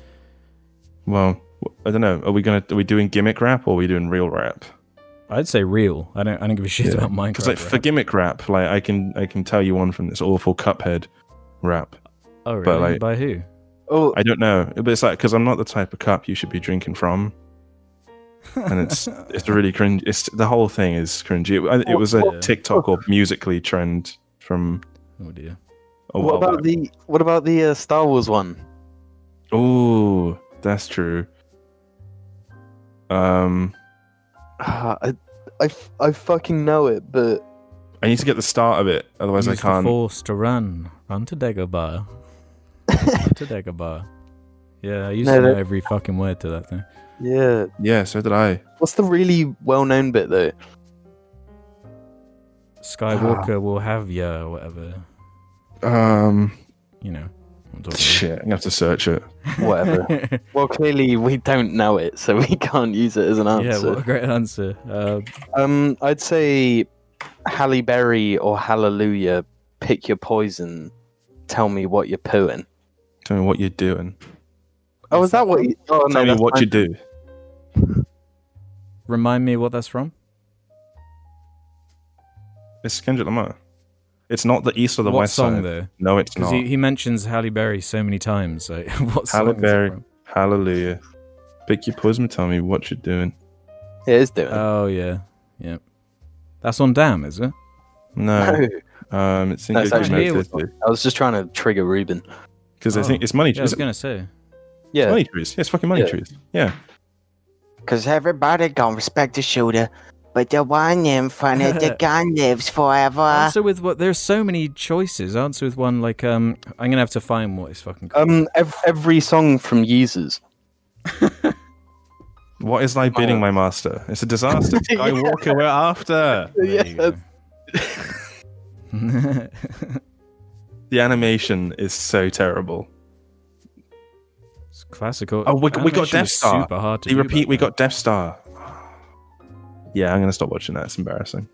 Speaker 3: well, I don't know. Are we gonna? Are we doing gimmick rap or are we doing real rap?
Speaker 1: I'd say real. I don't I don't give a shit about Minecraft.
Speaker 3: Because like
Speaker 1: rap.
Speaker 3: for gimmick rap, like I can I can tell you one from this awful Cuphead rap.
Speaker 1: oh, really?
Speaker 3: but, like-
Speaker 1: by who?
Speaker 5: <laughs> Oh,
Speaker 3: I don't know, but it's like because I'm not the type of cup you should be drinking from.
Speaker 1: <laughs>
Speaker 3: and it's it's really cringe. It's the whole thing is cringy. It, it was a TikTok or musically trend from
Speaker 1: Oh dear.
Speaker 3: a
Speaker 5: what
Speaker 3: while
Speaker 5: about
Speaker 3: back.
Speaker 5: the what about the uh, Star Wars one? <sighs>
Speaker 3: Oh, that's true. Um,
Speaker 5: Ah, I, I f- I fucking know it, but
Speaker 3: I need to get the start of it, otherwise I
Speaker 1: Use the
Speaker 3: can't.
Speaker 1: force to run. Run to Dagobah. run
Speaker 3: <laughs>
Speaker 1: to Dagobah. Yeah, I used
Speaker 5: No,
Speaker 1: to know
Speaker 5: that-
Speaker 1: every fucking word to that thing.
Speaker 5: yeah,
Speaker 3: Yeah, so did I.
Speaker 5: what's the really well-known bit though?
Speaker 1: Skywalker will have ya, or whatever.
Speaker 3: Um,
Speaker 1: You know. I'm talking about.
Speaker 3: shit, I'm gonna have to search it.
Speaker 5: Whatever. well, clearly we don't know it, so <laughs> we can't use it as an
Speaker 1: <laughs>
Speaker 5: answer.
Speaker 1: yeah, what a great answer. Uh,
Speaker 5: Um, I'd say Halle Berry or Hallelujah. Pick your poison. Tell me what you're pooing.
Speaker 3: Tell me what you're doing.
Speaker 5: Oh, is that what? You, oh, no,
Speaker 3: Tell me
Speaker 5: that's
Speaker 3: what
Speaker 5: fine.
Speaker 3: you do.
Speaker 1: remind me what that's from.
Speaker 3: It's Kendrick Lamar. It's not the east or the
Speaker 1: what
Speaker 3: west
Speaker 1: song
Speaker 3: side.
Speaker 1: though?
Speaker 3: No, it's
Speaker 1: Because
Speaker 3: not.
Speaker 1: he, he mentions Halle Berry so <laughs> many times. Like, what song
Speaker 3: Halle
Speaker 1: is it
Speaker 3: Berry.
Speaker 1: from?
Speaker 3: Hallelujah. Pick your poison. and Tell me what you're doing.
Speaker 5: It is doing. <laughs>
Speaker 1: Oh yeah, yeah. That's on Damn, is it?
Speaker 3: No,
Speaker 5: no,
Speaker 3: um, it's in
Speaker 5: That's
Speaker 3: good
Speaker 5: actually-
Speaker 3: because
Speaker 5: I was just trying to trigger Ruben.
Speaker 3: I think
Speaker 1: Oh.
Speaker 3: it's money.
Speaker 1: Yeah, I
Speaker 3: trees.
Speaker 1: was gonna say.
Speaker 3: It's
Speaker 5: Yeah,
Speaker 3: money trees. Yeah, it's fucking money
Speaker 5: Yeah.
Speaker 3: trees. Yeah.
Speaker 9: Cause everybody gon' respect the shooter, but the one in front of the gun lives forever.
Speaker 1: Answer with what? There's so many choices. Answer with one like um. I'm gonna have to find what it's fucking called.
Speaker 5: um, ev- every song from Yeezus.
Speaker 3: What is thy bidding, my master? It's a
Speaker 5: <laughs>
Speaker 3: disaster. I walk away after.
Speaker 1: There
Speaker 5: yeah,
Speaker 1: you go. <laughs>
Speaker 3: The animation is so terrible.
Speaker 1: it's classical.
Speaker 3: Oh, we, we got
Speaker 1: Animation
Speaker 3: Death
Speaker 1: is
Speaker 3: Star.
Speaker 1: Super hard to
Speaker 3: they
Speaker 1: do
Speaker 3: repeat.
Speaker 1: back
Speaker 3: We
Speaker 1: then.
Speaker 3: got Death Star. Yeah, I'm gonna stop watching that. It's embarrassing.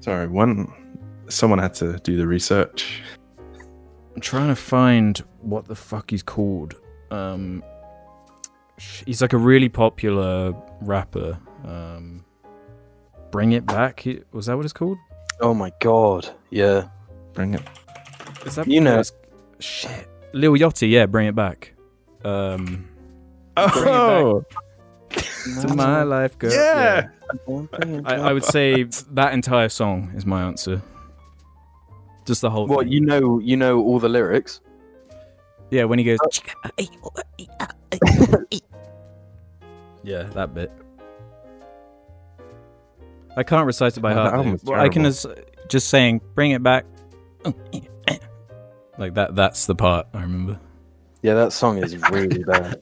Speaker 3: Sorry, one. Someone had to do the research.
Speaker 1: I'm trying to find what the fuck he's called. Um, sh- he's like a really popular rapper. Um, Bring it back. He, was that what it's called?
Speaker 5: Oh my god. Yeah.
Speaker 3: Bring it.
Speaker 1: Is that
Speaker 5: You know-
Speaker 1: it's- shit? Lil Yachty, yeah, bring it back. Um,
Speaker 3: Oh,
Speaker 1: to <laughs> my life, girl.
Speaker 3: yeah.
Speaker 1: I, I would say that entire song is my answer. Just the whole.
Speaker 5: What
Speaker 1: thing.
Speaker 5: you know? You know all the lyrics.
Speaker 1: Yeah, when he goes.
Speaker 5: Oh.
Speaker 1: <laughs> yeah, that bit. I can't recite it by
Speaker 3: Oh, that
Speaker 1: heart.
Speaker 3: album
Speaker 1: though.
Speaker 3: was
Speaker 1: Well, I can
Speaker 3: terrible.
Speaker 1: as- just saying, bring it back. Like that. That's the part I remember.
Speaker 5: Yeah, that song is really bad.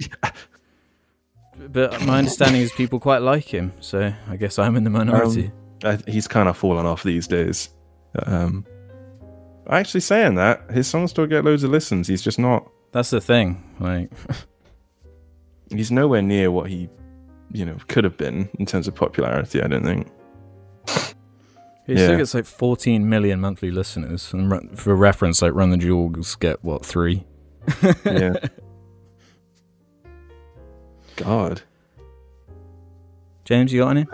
Speaker 1: But my understanding is people quite like him, so I guess I'm in the minority.
Speaker 5: Um,
Speaker 3: I, he's kind of fallen off these days. Um, actually, saying that, his songs still get loads of listens. He's just not.
Speaker 1: that's the thing. Like,
Speaker 3: He's nowhere near what he, you know, could have been in terms of popularity. I don't think.
Speaker 1: He still
Speaker 3: Yeah.
Speaker 1: gets like 14 million monthly listeners, and run, for reference, like Run the Jewels get what three? <laughs>
Speaker 3: Yeah. God.
Speaker 1: James, you got any?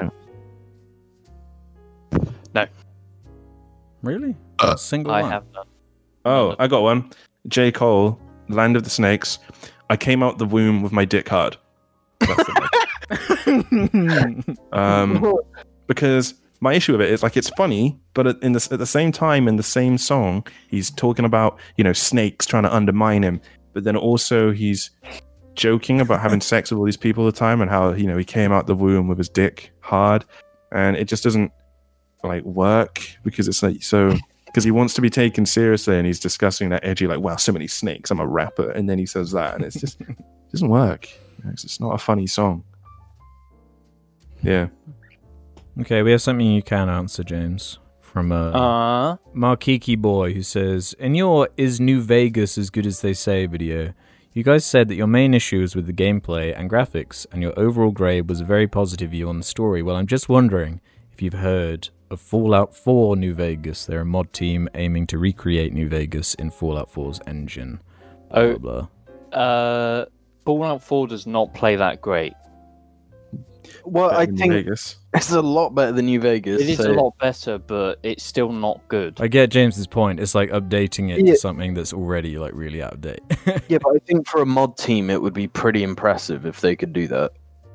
Speaker 4: No.
Speaker 1: Really? A single
Speaker 4: I
Speaker 1: one.
Speaker 4: have none.
Speaker 3: Oh, I got one. J. Cole, Land of the Snakes. I came out the womb with my dick hard. That's the one. um,
Speaker 5: <laughs>
Speaker 3: because my issue with it is like it's funny, but at- in the, at the same time, in the same song, he's talking about you know snakes trying to undermine him, but then also he's joking about having sex with all these people all the time and how you know he came out the womb with his dick hard, and it just doesn't like work because it's like so because he wants to be taken seriously and he's discussing that edgy like wow so many snakes I'm a rapper and then he says that and it's just it doesn't work You know, it's, it's not a funny song yeah
Speaker 1: <laughs> Okay, we have something you can answer, James, from uh,
Speaker 4: Uh,
Speaker 1: Markiki Boy, who says, In your Is New Vegas as good as they say video, You guys said that your main issue was with the gameplay and graphics, and your overall grade was a very positive view on the story. Well, I'm just wondering if you've heard of Fallout 4 New Vegas. They're a mod team aiming to recreate New Vegas in Fallout 4's engine. Blah,
Speaker 4: Oh.
Speaker 1: blah, blah.
Speaker 4: Uh, Fallout 4 does not play that great.
Speaker 5: <laughs> Well, I
Speaker 10: Better than
Speaker 5: think
Speaker 10: Vegas.
Speaker 5: it's a lot better than New Vegas.
Speaker 4: It is
Speaker 5: so-
Speaker 4: a lot better, but it's still not good.
Speaker 1: I get James's point. It's like updating it
Speaker 5: Yeah.
Speaker 1: to something that's already like really out of date. <laughs>
Speaker 5: Yeah, but I think for a mod team, it would be pretty impressive if they could do that.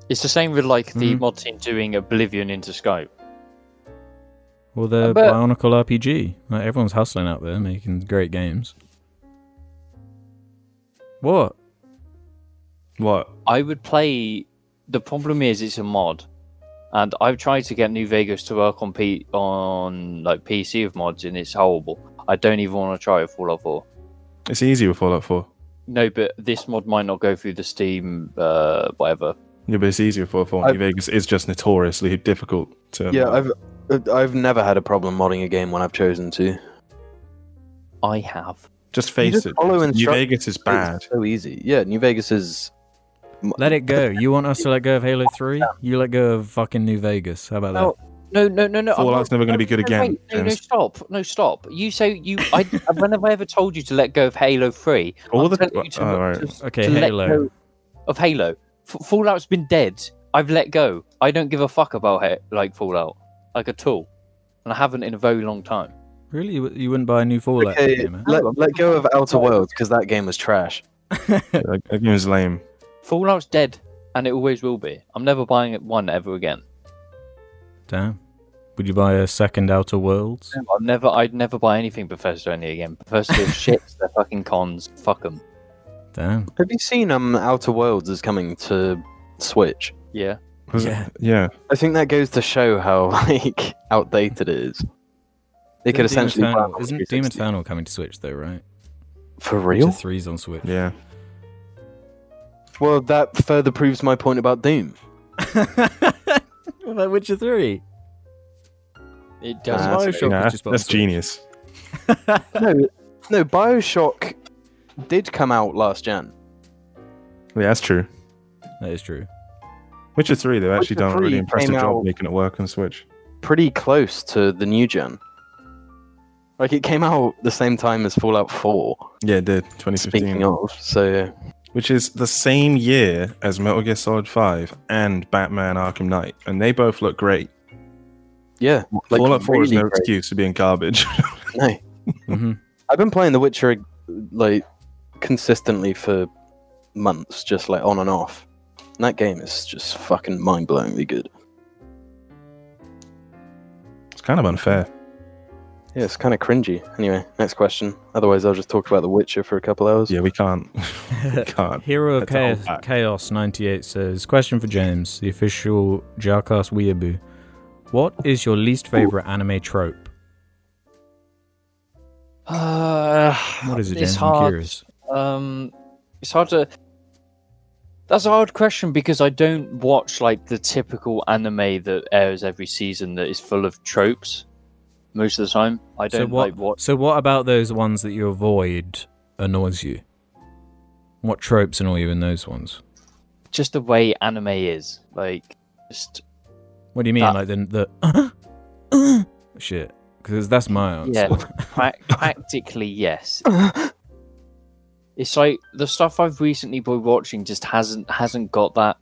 Speaker 4: It's the same with like the
Speaker 1: Mhm.
Speaker 3: Mm-hmm.
Speaker 4: mod team doing Oblivion into Skype.
Speaker 1: Well, the
Speaker 4: But-
Speaker 1: Bionicle RPG. Like, everyone's hustling out there, making great games. What?
Speaker 10: What?
Speaker 4: I would play. The problem is it's a mod, and I've tried to get New Vegas to work on P on like PC of mods, and it's horrible. I don't even want to try it Fallout 4.
Speaker 10: It's easy with Fallout 4.
Speaker 4: No, but this mod might not go through the Steam, uh, whatever.
Speaker 10: Yeah, but it's easier for Fallout
Speaker 5: I've-
Speaker 10: New Vegas. It's just notoriously difficult to.
Speaker 5: Yeah, I've uh, I've never had a problem modding a game when I've chosen to.
Speaker 4: I have.
Speaker 10: Just face
Speaker 5: just
Speaker 10: it.
Speaker 5: follow
Speaker 10: New
Speaker 5: instructions.
Speaker 10: Vegas is
Speaker 5: <laughs>
Speaker 10: bad.
Speaker 5: It's so easy. Yeah, New Vegas is.
Speaker 1: Let it go. You want us to let go of Halo 3? You let go of fucking New Vegas. How about that?
Speaker 4: No, No, no, no, no. I'm
Speaker 10: Fallout's
Speaker 4: not-
Speaker 10: never gonna
Speaker 4: no,
Speaker 10: be good
Speaker 4: no,
Speaker 10: again,
Speaker 4: wait, no, no,
Speaker 10: James.
Speaker 4: stop. No, stop. You say you. I. <laughs> uh, when have I ever told you to let go of Halo Three?
Speaker 10: All
Speaker 4: I'm
Speaker 10: the- uh,
Speaker 4: telling you to-
Speaker 10: all
Speaker 1: <laughs>
Speaker 10: right.
Speaker 4: to-
Speaker 1: Okay,
Speaker 4: to let
Speaker 1: Halo.
Speaker 4: go of Halo. F- Fallout's been dead. I've let go. I don't give a fuck about it, like Fallout, like at all, and I haven't in a very long time.
Speaker 1: Really? You you wouldn't buy a new Fallout
Speaker 5: Okay,
Speaker 1: game, huh?
Speaker 5: let, let go of Outer Worlds because that game was trash.
Speaker 10: That that game is lame.
Speaker 4: Fallout's dead, and it always will be. I'm never buying it one ever again.
Speaker 1: Damn. Would you buy a second Outer Worlds?
Speaker 4: I've never. I'd never buy anything Bethesda only again. Bethesda <laughs> shit. They're fucking cons. Fuck them.
Speaker 1: Damn.
Speaker 5: Have you seen um Outer Worlds is coming to Switch?
Speaker 4: Yeah.
Speaker 10: Was it-
Speaker 1: Yeah.
Speaker 10: yeah.
Speaker 5: I think that goes to show how <laughs> like outdated it is. They could
Speaker 1: Isn't Doom
Speaker 5: essentially
Speaker 1: Eternal-
Speaker 5: plan on
Speaker 1: Isn't Doom
Speaker 5: 360.
Speaker 1: Eternal coming to Switch, though, right?
Speaker 5: for
Speaker 1: Witcher
Speaker 5: real.
Speaker 1: 3's on
Speaker 5: <laughs>
Speaker 1: Switch.
Speaker 10: Yeah.
Speaker 5: Well, that further proves my point about Doom.
Speaker 1: what about Witcher 3?
Speaker 4: It
Speaker 5: Uh,
Speaker 4: does.
Speaker 5: Nah,
Speaker 1: Bioshock
Speaker 10: Nah,
Speaker 1: was just on
Speaker 10: that's
Speaker 1: Switch.
Speaker 10: genius.
Speaker 5: No, no, Bioshock did come out last gen.
Speaker 10: Yeah, that's true.
Speaker 1: That is true.
Speaker 10: Witcher 3, they've
Speaker 5: Witcher
Speaker 10: actually done a
Speaker 5: 3
Speaker 10: really impressive
Speaker 5: came
Speaker 10: job
Speaker 5: out-
Speaker 10: making it work on Switch.
Speaker 5: Pretty close to the new gen. Like it came out the same time as Fallout 4.
Speaker 10: Yeah, it did. 2015.
Speaker 5: Speaking of, so
Speaker 10: Which is the same year as Metal Gear Solid 5 and Batman Arkham Knight. And they both look great.
Speaker 5: yeah, like,
Speaker 10: Fallout 4 is
Speaker 5: really
Speaker 10: no Mm-hmm.
Speaker 5: great.
Speaker 10: excuse for being garbage. <laughs>
Speaker 5: No,
Speaker 1: Mhm.
Speaker 5: <laughs> I've been playing The Witcher like consistently for months, just like on and off. And that game is just fucking mind-blowingly good.
Speaker 10: it's kind of unfair.
Speaker 5: Yeah, it's kind of cringy. Anyway, next question. Otherwise, I'll just talk about The Witcher for a couple hours.
Speaker 10: Yeah, we can't. <laughs> we can't.
Speaker 1: Hero of
Speaker 10: That's a whole
Speaker 1: Chaos,
Speaker 10: pack.
Speaker 1: Chaos 98 says, Question for James, the official Jarcast Weeaboo. What is your least favorite anime trope?
Speaker 4: Uh,
Speaker 1: What is it,
Speaker 4: It's
Speaker 1: James? I'm
Speaker 4: hard.
Speaker 1: curious.
Speaker 4: <sighs> Um, it's hard to. That's a hard question because I don't watch like the typical anime that airs every season that is full of tropes. Most of the time, I
Speaker 1: So
Speaker 4: don't
Speaker 1: what,
Speaker 4: like watch.
Speaker 1: so what about those ones that you avoid annoys you? What tropes annoy you in those ones?
Speaker 4: just the way anime is. Like, just
Speaker 1: What do you mean?
Speaker 4: That-
Speaker 1: like the, the
Speaker 4: <coughs>
Speaker 1: <coughs> uh, shit? Because that's my answer.
Speaker 4: yeah,
Speaker 1: <laughs>
Speaker 4: pra- practically yes. It's like the stuff I've recently been watching just hasn't hasn't got that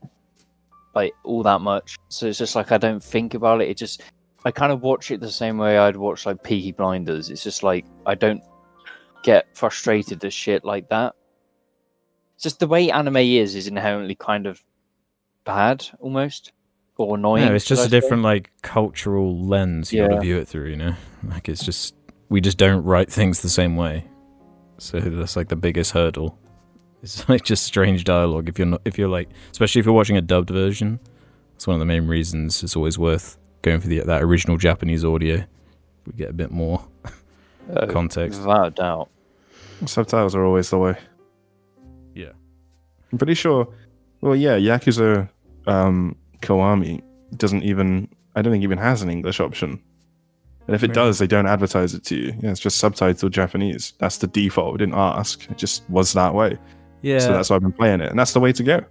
Speaker 4: like all that much. So it's just like I don't think about it. It just I kind of watch it the same way I'd watch like Peaky Blinders. It's just like I don't get frustrated at shit like that. It's just the way anime is is inherently kind of bad almost or annoying.
Speaker 1: No, it's
Speaker 4: should
Speaker 1: just
Speaker 4: I
Speaker 1: a
Speaker 4: say.
Speaker 1: different like cultural lens you got to
Speaker 4: Yeah.
Speaker 1: view it through. You know, like it's just we just don't write things the same way. So that's like the biggest hurdle. It's <laughs> like just strange dialogue if you're not if you're like especially if you're watching a dubbed version. That's one of the main reasons it's always worth going for the that original Japanese audio. We get a bit more
Speaker 4: <laughs> Oh, <laughs>
Speaker 1: context.
Speaker 4: without a doubt.
Speaker 10: Subtitles are always the way.
Speaker 1: Yeah.
Speaker 10: I'm pretty sure. Well, yeah, Yakuza um, Koami doesn't even. I don't think even has an English option. And if it
Speaker 1: Really?
Speaker 10: does, they don't advertise it to you. Yeah, it's just subtitled Japanese. That's the default. We didn't ask. It just was that way.
Speaker 1: Yeah.
Speaker 3: So that's why I've been playing it, and that's the way to go.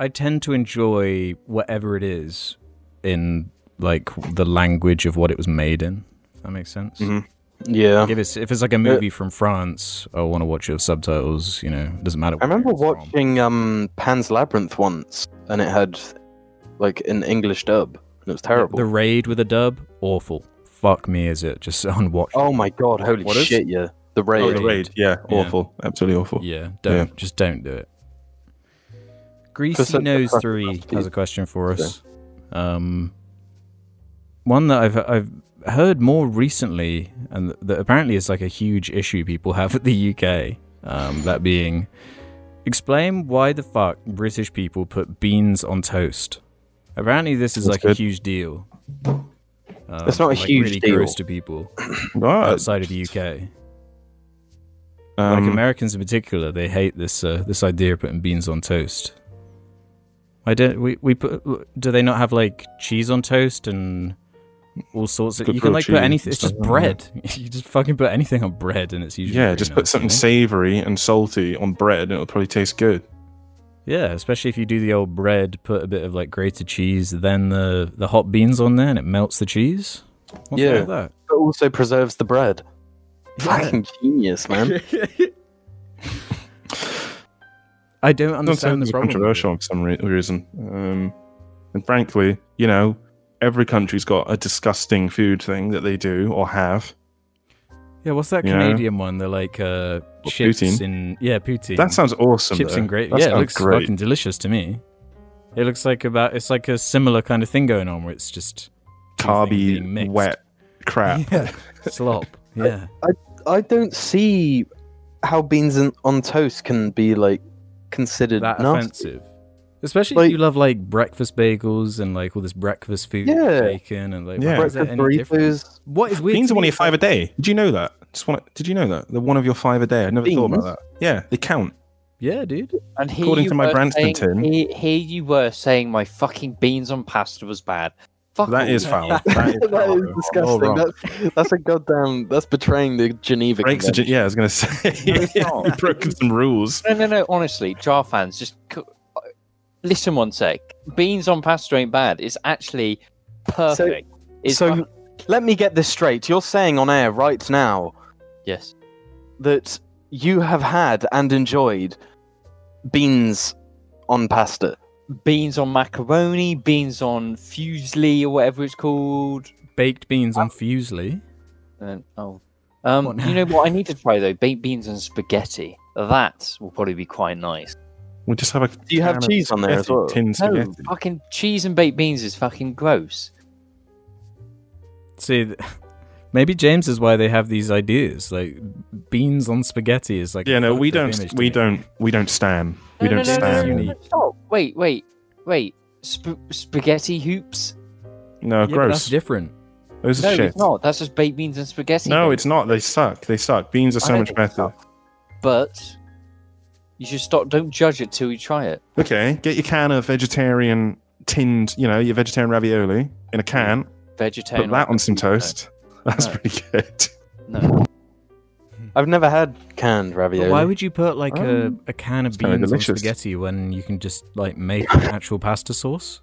Speaker 1: I tend to enjoy whatever it is in like the language of what it was made in. If that makes sense.
Speaker 3: Mhm.
Speaker 5: Yeah.
Speaker 1: If it's if it's
Speaker 5: Uh,
Speaker 1: like a movie from France, I want to watch it with subtitles. You know, it doesn't matter.
Speaker 5: I remember
Speaker 1: where it's from.
Speaker 5: watching um, Pan's Labyrinth once, and it had like an English dub, and it was terrible.
Speaker 1: The Raid with a dub. Awful. Fuck me, is it just <laughs> unwatchable?
Speaker 5: oh my god! Holy
Speaker 3: What is-
Speaker 5: shit! Yeah, the raid.
Speaker 3: Oh, the raid. Yeah,
Speaker 1: Yeah.
Speaker 3: awful. Absolutely awful.
Speaker 1: Yeah, don't just don't do it. Greasy
Speaker 5: Percent-
Speaker 1: Nose
Speaker 5: percent-
Speaker 1: Three
Speaker 5: percent-
Speaker 1: has a question for us. Um, one that I've I've heard more recently, and that apparently is like a huge issue people have at the UK. Um, that being, explain why the fuck British people put beans on toast. Apparently, this is
Speaker 3: That's
Speaker 1: like a
Speaker 3: good.
Speaker 1: huge deal. Um,
Speaker 5: It's not
Speaker 1: like
Speaker 5: a huge
Speaker 1: really
Speaker 5: deal. Uh,
Speaker 1: gross to people
Speaker 3: Right.
Speaker 1: outside of the UK.
Speaker 3: Um,
Speaker 1: like Americans in particular, they hate this uh, this idea of putting beans on toast. I don't. We, we put. Do they not have like cheese on toast and all sorts of?
Speaker 3: Good
Speaker 1: You can
Speaker 3: grilled
Speaker 1: like
Speaker 3: cheese
Speaker 1: put anything.
Speaker 3: and
Speaker 1: It's just
Speaker 3: stuff, yeah.
Speaker 1: bread. <laughs> you just fucking put anything on bread, and it's usually
Speaker 3: yeah,
Speaker 1: pretty
Speaker 3: just
Speaker 1: nice,
Speaker 3: put something
Speaker 1: you
Speaker 3: savory and salty on bread, and it'll probably taste good.
Speaker 1: know? Yeah, especially if you do the old bread, put a bit of like grated cheese, then the the hot beans on there, and it melts the cheese. What's
Speaker 5: Yeah.
Speaker 1: wrong with
Speaker 5: It also preserves the bread. Fucking genius,
Speaker 3: <laughs>
Speaker 5: man.
Speaker 1: that? I don't understand
Speaker 3: Sometimes
Speaker 1: the
Speaker 3: it's
Speaker 1: problem. with it.
Speaker 3: controversial for some re- reason. Um, and frankly, you know, every country's got a disgusting food thing that they do or have.
Speaker 1: Yeah, what's that
Speaker 3: You know?
Speaker 1: Canadian one? They're like uh,
Speaker 3: What,
Speaker 1: chips
Speaker 3: poutine?
Speaker 1: in yeah, poutine.
Speaker 3: That sounds awesome.
Speaker 1: chips
Speaker 3: though.
Speaker 1: and gravy.
Speaker 3: That
Speaker 1: Yeah, it
Speaker 3: sounds
Speaker 1: looks
Speaker 3: great.
Speaker 1: fucking delicious to me. It looks like about it's like a similar kind of thing going on where it's just two things being
Speaker 3: carby,
Speaker 1: mixed.
Speaker 3: wet crap.
Speaker 1: yeah. <laughs>
Speaker 3: <laughs>
Speaker 1: slop. Yeah,
Speaker 5: I don't see how beans in, on toast can be like considered
Speaker 1: that
Speaker 5: nasty.
Speaker 1: offensive. Especially if
Speaker 5: Like-
Speaker 1: you love like breakfast bagels and like all this breakfast food,
Speaker 5: Yeah.
Speaker 1: bacon and like
Speaker 3: Yeah.
Speaker 1: why is that
Speaker 5: Breakfast
Speaker 1: any different?
Speaker 3: <laughs>
Speaker 5: burritos.
Speaker 1: What is weird?
Speaker 3: Beans
Speaker 1: to
Speaker 3: are one of
Speaker 1: me
Speaker 3: your
Speaker 1: is that-
Speaker 3: five a day. Did you know that? Just want. Did you know that they're one of your five a day? I never thought about
Speaker 5: Beans?
Speaker 3: that. Yeah, they count.
Speaker 1: Yeah, dude.
Speaker 4: And here
Speaker 3: According
Speaker 4: you
Speaker 3: to my
Speaker 4: were
Speaker 3: Branston
Speaker 4: saying-
Speaker 3: tin.
Speaker 4: Here, here you were saying my fucking beans on pasta was bad. Fuck
Speaker 3: That is
Speaker 1: <laughs>
Speaker 4: off.
Speaker 3: foul. That is,
Speaker 5: that
Speaker 3: foul.
Speaker 5: is
Speaker 3: All
Speaker 5: disgusting.
Speaker 3: wrong.
Speaker 5: That's, that's a goddamn. That's betraying the Geneva
Speaker 3: Breaks the,
Speaker 5: Convention.
Speaker 3: gen- yeah, I was gonna say. <laughs> You've broken some rules.
Speaker 4: <laughs> No, no, no. Honestly, jar fans, just c- uh, listen one sec. Beans on pasta ain't bad. It's actually perfect. it's
Speaker 5: so
Speaker 4: fucking-
Speaker 5: let me get this straight. You're saying on air right now
Speaker 4: yes,
Speaker 5: that you have had and enjoyed beans on pasta.
Speaker 4: beans on macaroni, beans on fusilli or whatever it's called.
Speaker 1: Baked beans on fusilli.
Speaker 4: And, oh,
Speaker 1: What
Speaker 4: um,
Speaker 1: now?
Speaker 4: you know what? I need to try though. Baked beans and spaghetti. That will probably be quite nice.
Speaker 3: We'll just have a.
Speaker 5: Do you have cheese on there as well?
Speaker 3: Tin
Speaker 4: No,
Speaker 3: spaghetti.
Speaker 4: fucking cheese and baked beans is fucking gross.
Speaker 1: See, th- <laughs> maybe James is why they have these ideas. Like beans on spaghetti is like
Speaker 3: Yeah,
Speaker 1: a
Speaker 3: no, we
Speaker 1: fucked up
Speaker 3: don't.
Speaker 1: image to
Speaker 3: We
Speaker 1: me.
Speaker 3: don't. We don't stand. We
Speaker 4: No, no,
Speaker 3: don't
Speaker 4: no, no,
Speaker 3: stand.
Speaker 4: no,
Speaker 3: No,
Speaker 4: no, no, stop. Wait, wait, wait. Sp- spaghetti hoops?
Speaker 1: Yeah, but That's
Speaker 3: gross.
Speaker 1: different.
Speaker 3: Those
Speaker 4: No,
Speaker 3: are shit.
Speaker 4: it's not. That's just baked beans and spaghetti.
Speaker 3: No,
Speaker 4: then.
Speaker 3: it's not. They suck. They suck. Beans are
Speaker 4: I
Speaker 3: so
Speaker 4: don't
Speaker 3: much
Speaker 4: think
Speaker 3: better.
Speaker 4: But you should stop. Don't judge it till you try it.
Speaker 3: Okay, get your can of vegetarian tinned. You know, your vegetarian ravioli in a can.
Speaker 4: Vegetarian.
Speaker 3: Put that on some
Speaker 4: no.
Speaker 3: toast. That's
Speaker 4: No.
Speaker 3: pretty good.
Speaker 4: No.
Speaker 5: I've never had canned ravioli.
Speaker 1: Hmm. But why would you put like a, a can of
Speaker 3: Um, it's kinda
Speaker 1: beans on
Speaker 3: delicious.
Speaker 1: spaghetti when you can just like make an actual pasta sauce?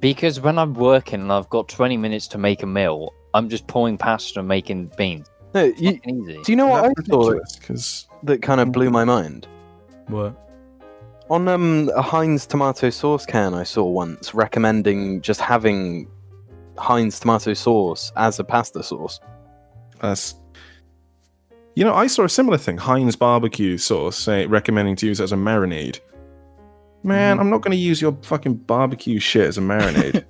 Speaker 4: Because when I'm working and I've got 20 minutes to make a meal, I'm just pouring pasta and making beans.
Speaker 5: no, you,
Speaker 4: Fucking easy.
Speaker 5: do you know what I thought
Speaker 3: Because
Speaker 5: that kind of blew
Speaker 1: Hmm.
Speaker 5: my mind?
Speaker 1: What? <laughs>
Speaker 5: On um, a Heinz tomato sauce can I saw once recommending just having Heinz tomato sauce as a pasta sauce.
Speaker 3: that's. You know, I saw a similar thing. Heinz barbecue sauce say, recommending to use it as a marinade. Man,
Speaker 4: Mm-hmm.
Speaker 3: I'm not going to use your fucking barbecue shit as a marinade.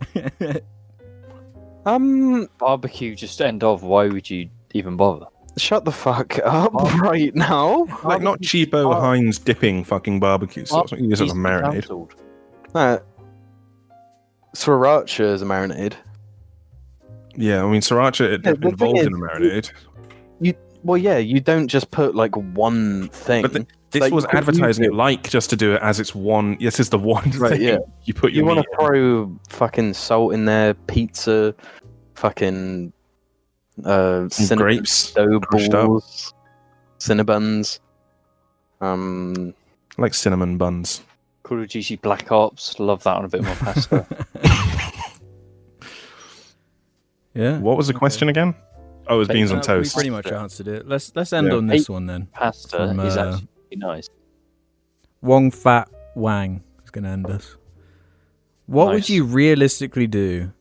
Speaker 5: Um,
Speaker 4: Barbecue, just end of. Why would you even bother?
Speaker 5: shut the fuck <laughs> up
Speaker 1: Oh.
Speaker 5: right now.
Speaker 3: like, not cheapo
Speaker 4: oh.
Speaker 3: Heinz dipping fucking barbecue sauce. I'm not gonna use it as
Speaker 4: Beans
Speaker 3: a
Speaker 4: are
Speaker 3: marinade.
Speaker 4: cancelled.
Speaker 5: No. uh, Sriracha is a marinade.
Speaker 3: Yeah, I mean, sriracha it,
Speaker 5: Yeah, the thing
Speaker 3: involved
Speaker 5: is,
Speaker 3: in a marinade.
Speaker 5: Well, yeah, you don't just put like one thing.
Speaker 3: But the- This
Speaker 5: like,
Speaker 3: was
Speaker 5: you could use
Speaker 3: advertising it
Speaker 5: it.
Speaker 3: like just to do it as it's one. This is the one
Speaker 5: Right,
Speaker 3: thing
Speaker 5: yeah.
Speaker 3: you put your
Speaker 5: you want
Speaker 3: meat
Speaker 5: to throw fucking salt in there, pizza, fucking uh,
Speaker 3: in. Some
Speaker 5: cinnamon
Speaker 3: grapes.
Speaker 5: dough
Speaker 3: crushed up.
Speaker 5: balls, cinnabuns. Um,
Speaker 3: like cinnamon buns.
Speaker 4: Call of Duty Black Ops. Love that on a bit more
Speaker 5: <laughs>
Speaker 4: pasta.
Speaker 1: yeah.
Speaker 3: What was the question again? Oh, it was
Speaker 4: But,
Speaker 3: beans
Speaker 4: uh,
Speaker 3: on
Speaker 4: we
Speaker 3: toast.
Speaker 1: pretty much answered it. Let's let's end
Speaker 3: Yeah.
Speaker 1: on this one then.
Speaker 4: pasta
Speaker 1: From,
Speaker 4: is
Speaker 1: uh,
Speaker 4: actually really nice.
Speaker 1: Wong Fat Wang is going to end us. What would
Speaker 4: Nice.
Speaker 1: you realistically do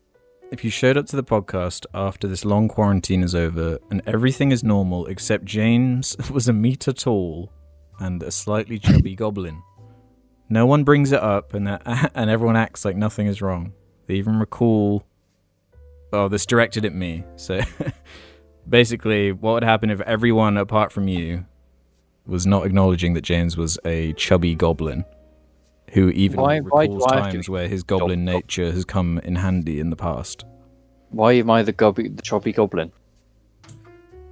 Speaker 1: if you showed up to the podcast after this long quarantine is over and everything is normal except James <laughs> was a meter tall and a slightly chubby goblin? No one brings it up and, uh, <laughs> and everyone acts like nothing is wrong. They even recall. Oh, this directed at me. So <laughs> basically, what would happen if everyone apart from you was not acknowledging that James was a chubby goblin, who even
Speaker 4: Why- why
Speaker 1: recalls
Speaker 4: do I have to
Speaker 1: times
Speaker 4: be
Speaker 1: where his
Speaker 4: gob-
Speaker 1: goblin nature has come in handy in the past.
Speaker 4: Why am I the gobby, the choppy goblin?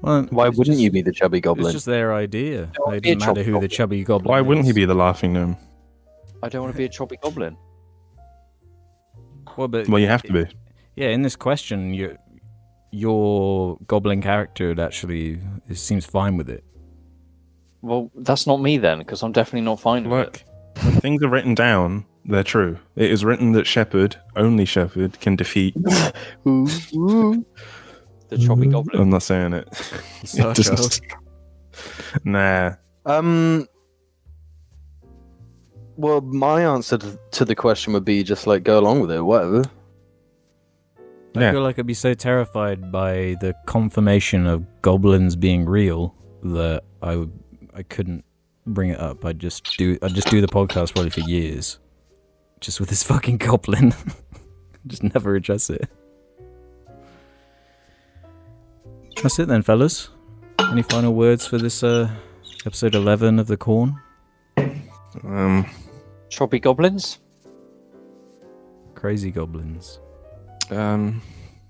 Speaker 1: Well,
Speaker 5: Why
Speaker 1: it's
Speaker 5: wouldn't
Speaker 1: just-
Speaker 5: you be the chubby
Speaker 1: It's
Speaker 5: goblin?
Speaker 1: just their idea.
Speaker 4: Don't
Speaker 1: It
Speaker 4: be a
Speaker 1: doesn't matter who
Speaker 4: chubby
Speaker 1: the
Speaker 4: goblin.
Speaker 1: chubby goblin.
Speaker 3: Why wouldn't he
Speaker 1: is.
Speaker 3: be the laughing gnome?
Speaker 4: I don't want to be a choppy goblin.
Speaker 1: Well, but
Speaker 3: Well, you have to be.
Speaker 1: yeah, in this question, your your goblin character would actually it seems fine with it.
Speaker 4: Well, that's not me then, because I'm definitely not fine with it.
Speaker 3: Look, when things are written down, they're true. It is written that Shepherd, only Shepherd, can defeat.
Speaker 4: The
Speaker 5: Mm-hmm.
Speaker 4: choppy goblin.
Speaker 3: I'm not saying it. <laughs>
Speaker 1: Sorry,
Speaker 3: It doesn't- nah.
Speaker 5: Um. Well, my answer to to the question would be just like go along with it, whatever.
Speaker 1: I
Speaker 3: Yeah.
Speaker 1: feel like I'd be so terrified by the confirmation of goblins being real that I would, I couldn't bring it up. I'd just do I'd just do the podcast probably for years, just with this <laughs> fucking goblin. just never address it. That's it then, fellas. Any final words for this uh, episode eleven of the Corn?
Speaker 3: Um,
Speaker 4: Choppy goblins?
Speaker 1: Crazy goblins.
Speaker 3: um,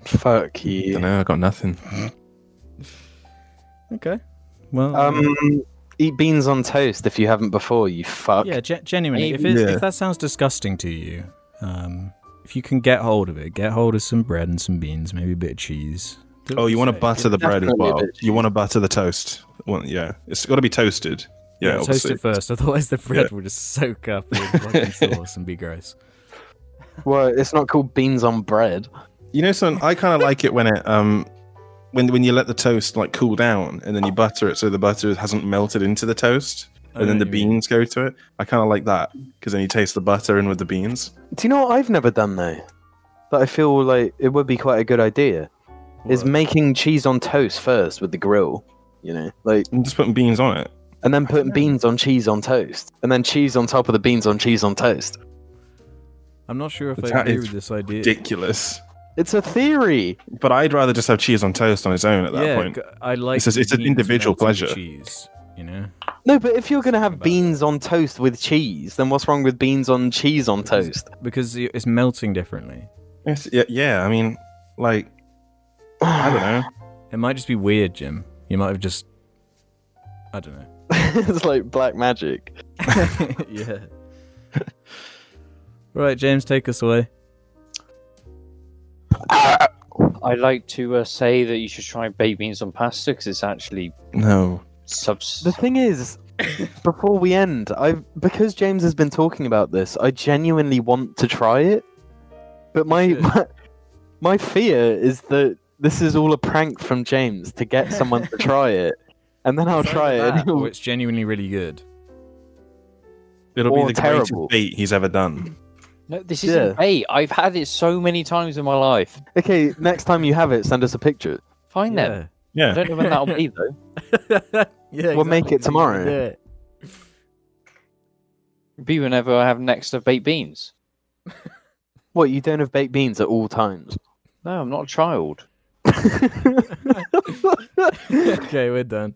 Speaker 5: Fuck
Speaker 3: I
Speaker 5: you.
Speaker 3: don't know. I got nothing.
Speaker 1: Okay. Well,
Speaker 5: Um, eat beans on toast if you haven't before. You fuck.
Speaker 1: Yeah, ge- genuinely. If,
Speaker 4: Maybe.
Speaker 1: it,
Speaker 3: Yeah.
Speaker 1: if that sounds disgusting to you, um, if you can get hold of it, get hold of some bread and some beans, maybe a bit of cheese. Do what
Speaker 3: Oh, you want to
Speaker 1: say.
Speaker 3: butter the bread as
Speaker 5: Definitely a
Speaker 3: well.
Speaker 5: bit
Speaker 3: You want to butter the toast. Well, yeah, it's got to be toasted. Yeah,
Speaker 1: toast
Speaker 3: obviously.
Speaker 1: it first, <laughs> otherwise the bread will just soak up in
Speaker 3: <laughs>
Speaker 1: fucking sauce and be gross.
Speaker 5: Well, it's not called beans on bread.
Speaker 3: You know, something I kind of like it when it um when when you let the toast like cool down and then you butter it so the butter hasn't melted into the toast
Speaker 1: I
Speaker 3: and then
Speaker 1: know
Speaker 3: the
Speaker 1: what you mean.
Speaker 3: beans go to it. I kind of like that because then you taste the butter in with the beans.
Speaker 5: Do you know what I've never done though? That I feel like it would be quite a good idea. Is making cheese on toast first with the grill. You know, like
Speaker 3: I'm just putting beans on it.
Speaker 5: and then putting beans on cheese on toast, and then cheese on top of the beans on cheese on toast.
Speaker 1: I'm not sure if
Speaker 3: That
Speaker 1: I agree
Speaker 3: is
Speaker 1: with this idea.
Speaker 3: Ridiculous.
Speaker 5: It's a theory.
Speaker 3: But I'd rather just have cheese on toast on its own at that
Speaker 1: yeah,
Speaker 3: point.
Speaker 1: g- I like.
Speaker 3: It's just- it's an
Speaker 1: beans
Speaker 3: individual
Speaker 1: melted
Speaker 3: pleasure.
Speaker 1: Cheese, you know.
Speaker 5: No, but if you're gonna have
Speaker 1: About-
Speaker 5: beans on toast with cheese, then what's wrong with beans on cheese on toast? <laughs>
Speaker 1: Because y- it's melting differently.
Speaker 3: Yes, yeah, yeah, I mean, like, <sighs> I don't know.
Speaker 1: It might just be weird, Jim. You might have just. I don't know.
Speaker 5: it's like black magic.
Speaker 1: <laughs>
Speaker 3: <laughs>
Speaker 1: yeah. right, James, take us away.
Speaker 4: I'd like to uh, say that you should try baked beans on pasta, because it's actually
Speaker 3: No.
Speaker 4: subs.
Speaker 5: The thing is, before we end, I because James has been talking about this, I genuinely want to try it, but my
Speaker 1: should.
Speaker 5: my, my fear is that this is all a prank from James to get someone to
Speaker 1: <laughs>
Speaker 5: try it, and then I'll
Speaker 1: It's
Speaker 5: try
Speaker 1: either <laughs>
Speaker 5: it.
Speaker 1: that or it's genuinely really good.
Speaker 3: It'll
Speaker 5: Or
Speaker 3: be the
Speaker 5: terrible.
Speaker 3: greatest bait he's ever done.
Speaker 4: No, this
Speaker 5: Yeah.
Speaker 4: isn't Hey, I've had it so many times in my life.
Speaker 5: <laughs> Okay, next time you have it, send us a picture.
Speaker 4: Fine then. I
Speaker 3: Yeah.
Speaker 4: don't know when that'll be, though.
Speaker 1: yeah,
Speaker 5: We'll make it tomorrow.
Speaker 4: Be whenever I have next of baked beans.
Speaker 5: What, you don't have baked beans at all
Speaker 1: <laughs>
Speaker 5: times?
Speaker 4: No, I'm not a child.
Speaker 5: <laughs>
Speaker 1: okay, we're done.